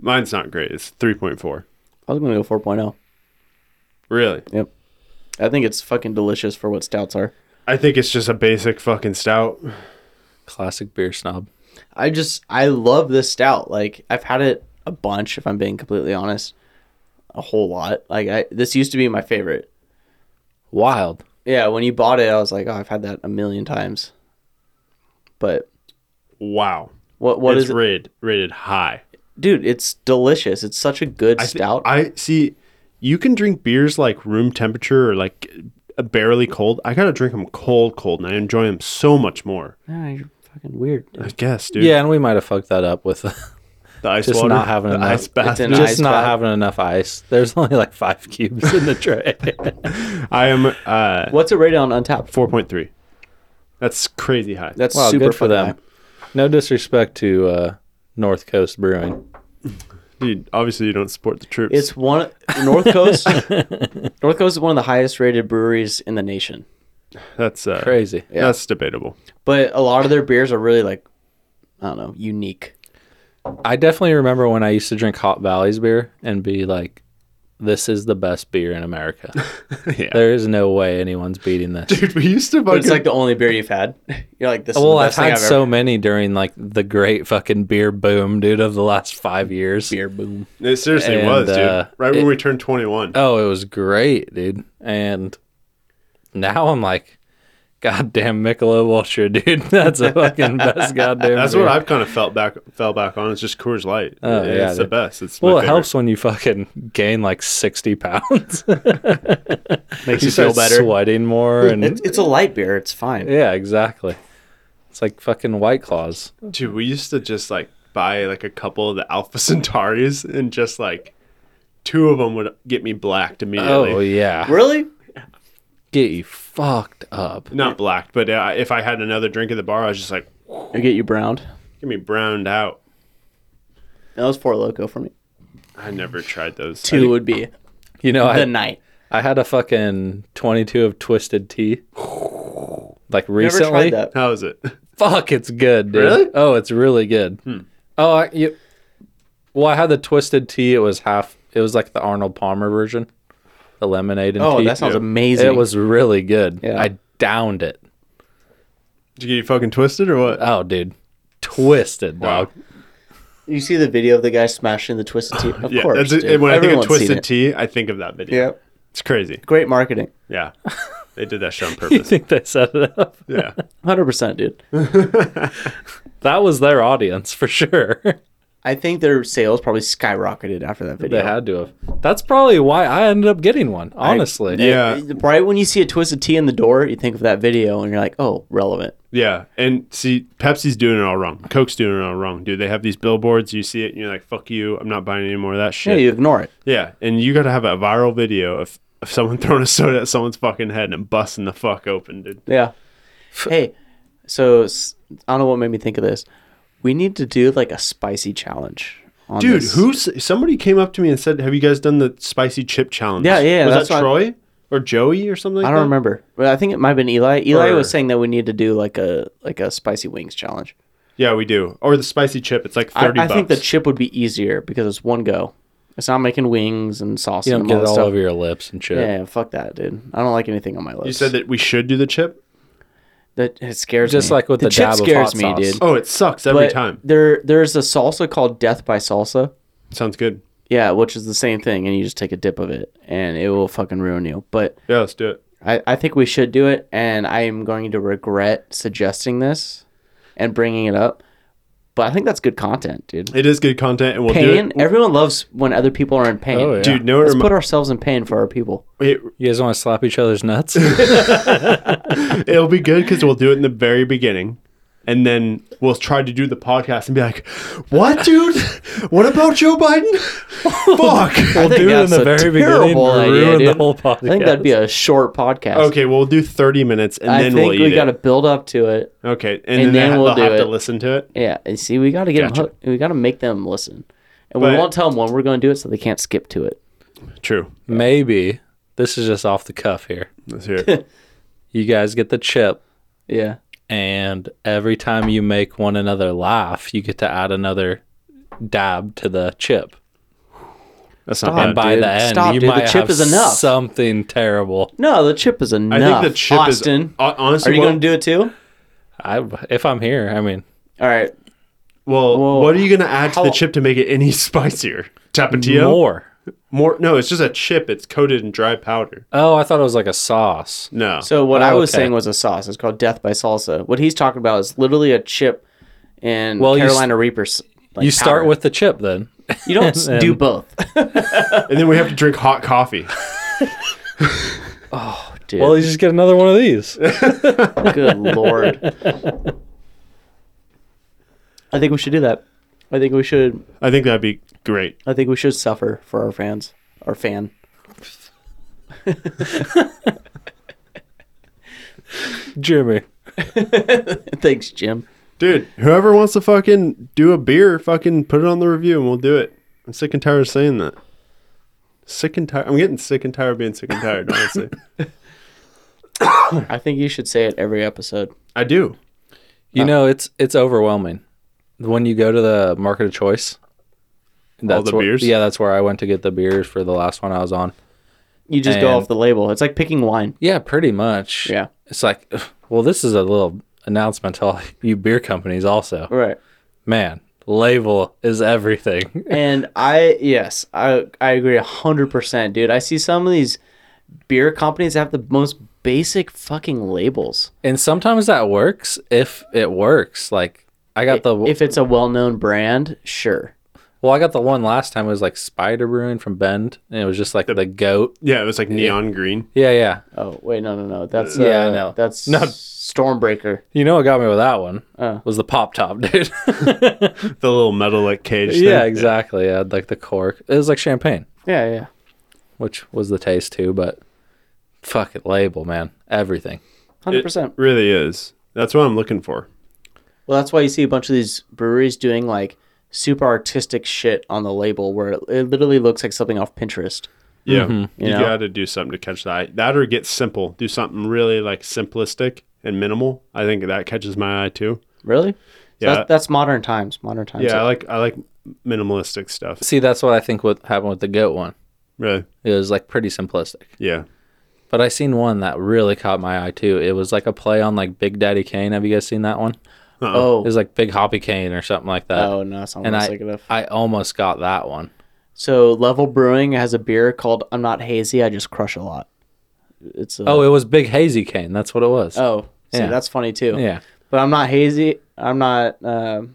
Speaker 2: Mine's not great. It's 3.4.
Speaker 3: I was gonna go 4.0.
Speaker 2: Really?
Speaker 3: Yep. I think it's fucking delicious for what stouts are.
Speaker 2: I think it's just a basic fucking stout.
Speaker 4: Classic beer snob.
Speaker 3: I just I love this stout. Like I've had it a bunch, if I'm being completely honest, a whole lot. Like I this used to be my favorite.
Speaker 4: Wild.
Speaker 3: Yeah, when you bought it, I was like, oh, I've had that a million times. But
Speaker 2: Wow.
Speaker 3: what what
Speaker 2: it's
Speaker 3: is it?
Speaker 2: rated rated high.
Speaker 3: dude? It's delicious. It's such a good
Speaker 2: I thi-
Speaker 3: stout.
Speaker 2: I see. You can drink beers like room temperature or like barely cold. I gotta drink them cold, cold, and I enjoy them so much more.
Speaker 4: Ah,
Speaker 3: Nah, you're fucking weird. dude.
Speaker 2: I guess, dude.
Speaker 4: Yeah, and we might have fucked that up with
Speaker 2: The ice
Speaker 4: just
Speaker 2: water,
Speaker 4: not having
Speaker 2: the
Speaker 4: enough.
Speaker 2: ice bath.
Speaker 3: It's an
Speaker 4: just
Speaker 3: ice
Speaker 4: not
Speaker 3: bath.
Speaker 4: having enough ice. There's only like five cubes in the tray.
Speaker 2: I am uh,
Speaker 3: What's it rated on Untapped?
Speaker 2: four point three. That's crazy high.
Speaker 3: That's
Speaker 4: wow,
Speaker 3: super
Speaker 4: good for
Speaker 3: fucking
Speaker 4: them. No disrespect to uh, North Coast Brewing.
Speaker 2: Dude, obviously you don't support the troops.
Speaker 3: It's one North Coast. North Coast is one of the highest rated breweries in the nation.
Speaker 2: that's uh,
Speaker 4: Crazy.
Speaker 2: That's debatable.
Speaker 3: But a lot of their beers are really like I don't know, unique.
Speaker 4: I definitely remember when I used to drink Hot Valley's beer and be like, "This is the best beer in America.
Speaker 2: Yeah.
Speaker 4: There is no way anyone's beating this."
Speaker 2: Dude, we used to
Speaker 3: But it's
Speaker 2: fucking
Speaker 3: like the only beer you've had. You're like this.
Speaker 4: well,
Speaker 3: is the
Speaker 4: I've
Speaker 3: best thing
Speaker 4: had
Speaker 3: I've
Speaker 4: so
Speaker 3: ever.
Speaker 4: many during like the great fucking beer boom, dude, of the last five years.
Speaker 3: beer boom.
Speaker 2: It seriously
Speaker 4: And,
Speaker 2: was, dude.
Speaker 4: uh,
Speaker 2: right when we turned 21.
Speaker 4: Oh, it was great, dude. And now I'm like, goddamn Michelob Ultra, dude. That's the fucking best goddamn.
Speaker 2: That's
Speaker 4: beer.
Speaker 2: what I've kind of felt back fell back on. It's just Coors Light.
Speaker 4: Oh,
Speaker 2: It-
Speaker 4: yeah,
Speaker 2: it's the
Speaker 4: dude.
Speaker 2: best. It's my
Speaker 4: Well, it
Speaker 2: favorite.
Speaker 4: helps when you fucking gain like sixty pounds.
Speaker 2: Makes
Speaker 4: you start sweating more,
Speaker 3: It's,
Speaker 4: and
Speaker 3: it's a light beer. It's fine.
Speaker 4: yeah, exactly. It's like fucking White Claws.
Speaker 2: Dude, we used to just like buy like a couple of the Alpha Centauris and just like two of them would get me blacked immediately.
Speaker 4: Oh yeah,
Speaker 3: Really?
Speaker 4: get you fucked up.
Speaker 2: Not blacked, but uh, if I had another drink at the bar, I was just like,
Speaker 3: I get you browned.
Speaker 2: get me browned out.
Speaker 3: That was four loco for me.
Speaker 2: I never tried those. I
Speaker 3: Two
Speaker 2: think-
Speaker 3: would be
Speaker 4: You know,
Speaker 3: the
Speaker 4: I,
Speaker 3: night.
Speaker 4: I had a fucking twenty-two of Twisted Tea, like
Speaker 3: Never
Speaker 4: recently.
Speaker 3: tried that.
Speaker 2: How is it?
Speaker 4: Fuck, it's good, dude.
Speaker 2: Really?
Speaker 4: Oh, it's really good.
Speaker 3: Hmm.
Speaker 4: Oh, I, you, well, I had the twisted tea. It was half. It was like the Arnold Palmer version, the lemonade and
Speaker 3: Oh,
Speaker 4: tea.
Speaker 3: that sounds
Speaker 2: yeah.
Speaker 3: amazing.
Speaker 4: it was really good.
Speaker 3: Yeah.
Speaker 4: I downed it.
Speaker 2: Did you get fucking twisted or what?
Speaker 4: Oh, dude, twisted dog.
Speaker 3: You see the video of the guy smashing the twisted tea? Of
Speaker 2: yeah,
Speaker 3: course.
Speaker 2: that's it.
Speaker 3: dude.
Speaker 2: when I think
Speaker 3: Everyone's
Speaker 2: of
Speaker 3: seen
Speaker 2: twisted
Speaker 3: it.
Speaker 2: tea, I think of that video.
Speaker 3: Yeah.
Speaker 2: It's crazy.
Speaker 3: Great marketing.
Speaker 2: Yeah, they did that shit on
Speaker 4: You
Speaker 2: purpose.
Speaker 4: think they set it up?
Speaker 2: yeah.
Speaker 3: Hundred percent, dude.
Speaker 4: That was their audience for sure.
Speaker 3: I think their sales probably skyrocketed after that video.
Speaker 4: They had to have. That's probably why I ended up getting one. Honestly,
Speaker 2: Yeah.
Speaker 3: Right when you see a twisted T in the door, you think of that video and you're like, oh, relevant.
Speaker 2: Yeah, and see, Pepsi's doing it all wrong. Coke's doing it all wrong, dude. They have these billboards. You see it, and you're like, "Fuck you! I'm not buying any more of that
Speaker 3: Yeah,
Speaker 2: shit."
Speaker 3: you ignore it.
Speaker 2: Yeah, and you got to have a viral video of, of someone throwing a soda at someone's fucking head and busting the fuck open, dude.
Speaker 3: Yeah. hey, so s- I don't know what made me think of this. We need to do like a spicy challenge. On
Speaker 2: Dude,
Speaker 3: this.
Speaker 2: who's somebody came up to me and said, "Have you guys done the spicy chip challenge?"
Speaker 3: Yeah, yeah,
Speaker 2: Was
Speaker 3: that's
Speaker 2: that
Speaker 3: what I-
Speaker 2: Troy or Joey or something? Like
Speaker 3: I don't
Speaker 2: that?
Speaker 3: remember. But I think it might have been Eli. Eli
Speaker 2: Or-
Speaker 3: was saying that we need to do like a like a spicy wings challenge.
Speaker 2: Yeah, we do. Or the spicy chip. It's like
Speaker 3: I,
Speaker 2: thirty
Speaker 3: I
Speaker 2: bucks.
Speaker 3: think the chip would be easier because it's one go. It's not making wings and sauce
Speaker 4: you
Speaker 3: and
Speaker 4: don't get
Speaker 3: all
Speaker 4: it
Speaker 3: that
Speaker 4: all
Speaker 3: stuff.
Speaker 4: over your lips and shit.
Speaker 3: Yeah, fuck that, dude. I don't like anything on my lips.
Speaker 2: you said that we should do the chip.
Speaker 3: that it scares me.
Speaker 4: Just like with the
Speaker 3: chip
Speaker 4: dab of
Speaker 3: scares
Speaker 4: hot
Speaker 3: me,
Speaker 4: sauce.
Speaker 3: dude.
Speaker 2: Oh, it sucks every
Speaker 3: But
Speaker 2: time.
Speaker 3: There, there's a salsa called Death by Salsa.
Speaker 2: Sounds good.
Speaker 3: Yeah, which is the same thing, and you just take a dip of it, and it will fucking ruin you. But
Speaker 2: Yeah, let's do it.
Speaker 3: I, I think we should do it, and I am going to regret suggesting this and bringing it up. But I think that's good content, dude.
Speaker 2: It is good content, and we'll
Speaker 3: Pain.
Speaker 2: do it.
Speaker 3: Everyone loves when other people are in pain.
Speaker 4: Oh, yeah.
Speaker 2: Dude, no, it,
Speaker 3: Let's
Speaker 2: remi-
Speaker 3: put ourselves in pain for our people.
Speaker 2: it
Speaker 4: You guys want to slap each other's nuts?
Speaker 2: It'll be good because we'll do it in the very beginning. And then we'll try to do the podcast and be like, what, dude? What about Joe Biden? Fuck.
Speaker 4: we'll do it
Speaker 3: that's
Speaker 4: in the
Speaker 3: a
Speaker 4: very beginning.
Speaker 3: terrible
Speaker 4: Ruin
Speaker 3: idea,
Speaker 4: the
Speaker 3: dude.
Speaker 4: whole
Speaker 3: I
Speaker 4: podcast.
Speaker 3: think that'd be a short podcast.
Speaker 2: okay, we'll do 30 minutes and
Speaker 3: I
Speaker 2: then
Speaker 3: think
Speaker 2: we'll eat
Speaker 3: we
Speaker 2: it.
Speaker 3: got to build up to it.
Speaker 2: okay, and, then, they will
Speaker 3: we'll
Speaker 2: they'll
Speaker 3: do
Speaker 2: have to
Speaker 3: it.
Speaker 2: listen to it.
Speaker 3: Yeah, and see, we got to get 'em
Speaker 2: Gotcha.
Speaker 3: hooked. We got to make them listen, and
Speaker 2: But-
Speaker 3: we won't tell them when we're going to do it, so they can't skip to it.
Speaker 2: True.
Speaker 4: Maybe this is just off the cuff here.
Speaker 2: Let's hear it.
Speaker 4: You guys get the chip,
Speaker 3: Yeah,
Speaker 4: and every time you make one another laugh, you get to add another dab to the chip.
Speaker 2: That's not
Speaker 4: and
Speaker 2: bad.
Speaker 4: by
Speaker 3: dude.
Speaker 4: the end,
Speaker 3: Stop,
Speaker 4: you
Speaker 3: dude. The
Speaker 4: might
Speaker 3: chip
Speaker 4: have
Speaker 3: is enough.
Speaker 4: something terrible.
Speaker 3: no, the chip is
Speaker 2: I
Speaker 3: enough.
Speaker 2: think the chip
Speaker 3: Austin,
Speaker 2: is hon- honestly.
Speaker 3: are you
Speaker 2: well,
Speaker 3: going to do it too?
Speaker 4: I, if I'm here, I mean,
Speaker 3: All right,
Speaker 2: well,
Speaker 3: Whoa.
Speaker 2: what are you going to add to the
Speaker 3: How-
Speaker 2: chip to make it any spicier? Tapatio?
Speaker 4: more.
Speaker 2: More- No, it's just a chip. It's coated in dry powder.
Speaker 4: Oh, I thought it was like a sauce.
Speaker 2: No.
Speaker 3: So what
Speaker 4: Oh,
Speaker 3: I was
Speaker 4: okay.
Speaker 3: saying was a sauce. It's called Death by Salsa. What he's talking about is literally a chip and
Speaker 4: Well, you s-
Speaker 3: Carolina Reapers. like,
Speaker 4: you start
Speaker 3: powder.
Speaker 4: with the chip then.
Speaker 3: you don't s-
Speaker 4: and-
Speaker 3: do both.
Speaker 2: and then we have to drink hot coffee.
Speaker 3: Dude,
Speaker 4: Well, you just get another one of these.
Speaker 3: good lord. I think we should do that. I think we should.
Speaker 2: I think that'd be great.
Speaker 3: I think we should suffer for our fans. Our fan.
Speaker 4: Jimmy.
Speaker 3: Thanks, Jim.
Speaker 2: Dude, whoever wants to fucking do a beer, fucking put it on the review and we'll do it. I'm sick and tired of saying that. Sick and tired. I'm getting sick and tired of being sick and tired, honestly.
Speaker 3: I think you should say it every episode.
Speaker 2: I do.
Speaker 4: You know, it's it's overwhelming. When you go to the market of choice, that's
Speaker 2: the
Speaker 4: where-
Speaker 2: beers?
Speaker 4: Yeah, that's where I went to get the beers for the last one I was on.
Speaker 3: You just go
Speaker 4: And-
Speaker 3: off the label. It's like picking wine.
Speaker 4: Yeah, pretty much.
Speaker 3: Yeah.
Speaker 4: It's like, well, this is a little announcement to all you beer companies also.
Speaker 3: Right.
Speaker 4: Man, label is everything.
Speaker 3: And I yes, I I agree hundred percent, dude. I see some of these beer companies have the most basic fucking labels.
Speaker 4: And sometimes that works if it works. Like I got the
Speaker 3: if it's a well known brand, sure.
Speaker 4: well, I got the one last time it was like Spider Brewing from Bend, and it was just like the, goat.
Speaker 2: Yeah, it was like neon green.
Speaker 4: Yeah, yeah.
Speaker 3: Oh wait, no, no, no. That's uh,
Speaker 4: Yeah,
Speaker 3: yeah,
Speaker 4: I know.
Speaker 3: no. That's
Speaker 4: No.
Speaker 3: Stormbreaker.
Speaker 4: You know what got me with that one
Speaker 3: Oh.
Speaker 4: was the pop top, dude.
Speaker 2: The little metal like cage. thing.
Speaker 4: yeah, exactly. Yeah, like the cork. It was like champagne,
Speaker 3: Yeah, yeah.
Speaker 4: which was the taste too. But fuck it, label man, everything.
Speaker 3: Hundred
Speaker 2: It
Speaker 3: percent.
Speaker 2: really is. That's what I'm looking for.
Speaker 3: Well, that's why you see a bunch of these breweries doing like super artistic shit on the label, where it, it literally looks like something off Pinterest.
Speaker 2: Mm-hmm. Yeah. You,
Speaker 3: You know?
Speaker 2: got to do something to catch that. That or get simple. Do something really like simplistic and minimal. I think that catches my eye too.
Speaker 3: Really? So
Speaker 2: Yeah.
Speaker 3: That's, that's modern times. Modern times.
Speaker 2: yeah, I like I like minimalistic stuff.
Speaker 4: See, that's what I think what happened with the goat one.
Speaker 2: Really.
Speaker 4: It was like pretty simplistic.
Speaker 2: Yeah.
Speaker 4: But I seen one that really caught my eye too. It was like a play on like Big Daddy Kane. Have you guys seen that one?
Speaker 2: Uh-uh.
Speaker 3: Oh.
Speaker 4: It was like Big Hoppy Kane or something like that.
Speaker 3: oh no, that's not what
Speaker 4: and
Speaker 3: I was
Speaker 4: I,
Speaker 3: thinking of.
Speaker 4: I almost got that one.
Speaker 3: So Level Brewing has a beer called I'm Not Hazy, I Just Crush a Lot. It's a,
Speaker 4: Oh, it was Big Hazy Cane. That's what it was.
Speaker 3: oh see
Speaker 4: yeah.
Speaker 3: that's funny too.
Speaker 4: yeah.
Speaker 3: But I'm not hazy. I'm not um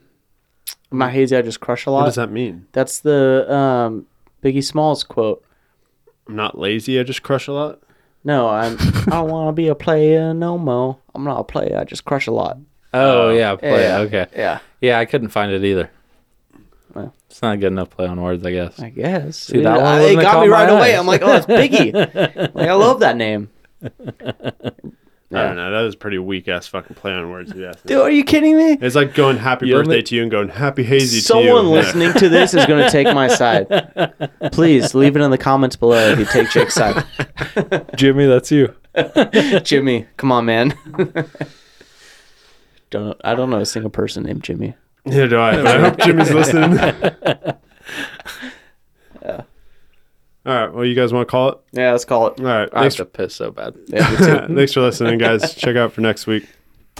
Speaker 3: my hazy I just crush a
Speaker 2: What
Speaker 3: lot.
Speaker 2: does that mean?
Speaker 3: That's the um, Biggie Smalls quote.
Speaker 2: I'm not lazy. I just crush a lot.
Speaker 3: No, I'm. I don't want to be a player no more. I'm not a player. I just crush a lot.
Speaker 4: Oh yeah, play.
Speaker 3: yeah.
Speaker 4: Okay.
Speaker 3: Yeah,
Speaker 4: Yeah, I couldn't find it either.
Speaker 3: Well.
Speaker 4: It's not good enough play on words, I guess.
Speaker 3: I guess.
Speaker 4: See, that
Speaker 3: It-
Speaker 4: one
Speaker 3: I- it
Speaker 4: wouldn't
Speaker 3: got
Speaker 4: have caught
Speaker 3: me
Speaker 4: my
Speaker 3: right away.
Speaker 4: eyes.
Speaker 3: I'm like, oh, it's Biggie. like, I love that name.
Speaker 2: I don't know. That was pretty weak ass fucking play on words. If you ask me.
Speaker 3: Dude, are you kidding me?
Speaker 2: It's like going happy
Speaker 4: You
Speaker 2: birthday
Speaker 4: only-
Speaker 2: to you and going happy hazy to you.
Speaker 3: Someone
Speaker 2: Yeah.
Speaker 3: listening to this is going to take my side. Please leave it in the comments below if you take Jake's side.
Speaker 4: Jimmy, that's you.
Speaker 3: Jimmy, come on, man. don't I don't know a single person named Jimmy.
Speaker 2: Neither do I. But I hope Jimmy's listening. All right. Well, you guys want to call it?
Speaker 3: Yeah, let's call it.
Speaker 2: All right.
Speaker 4: I have
Speaker 2: Thanks,
Speaker 4: to piss so bad.
Speaker 3: Yeah, me too.
Speaker 2: thanks for listening, guys. Check out for next week.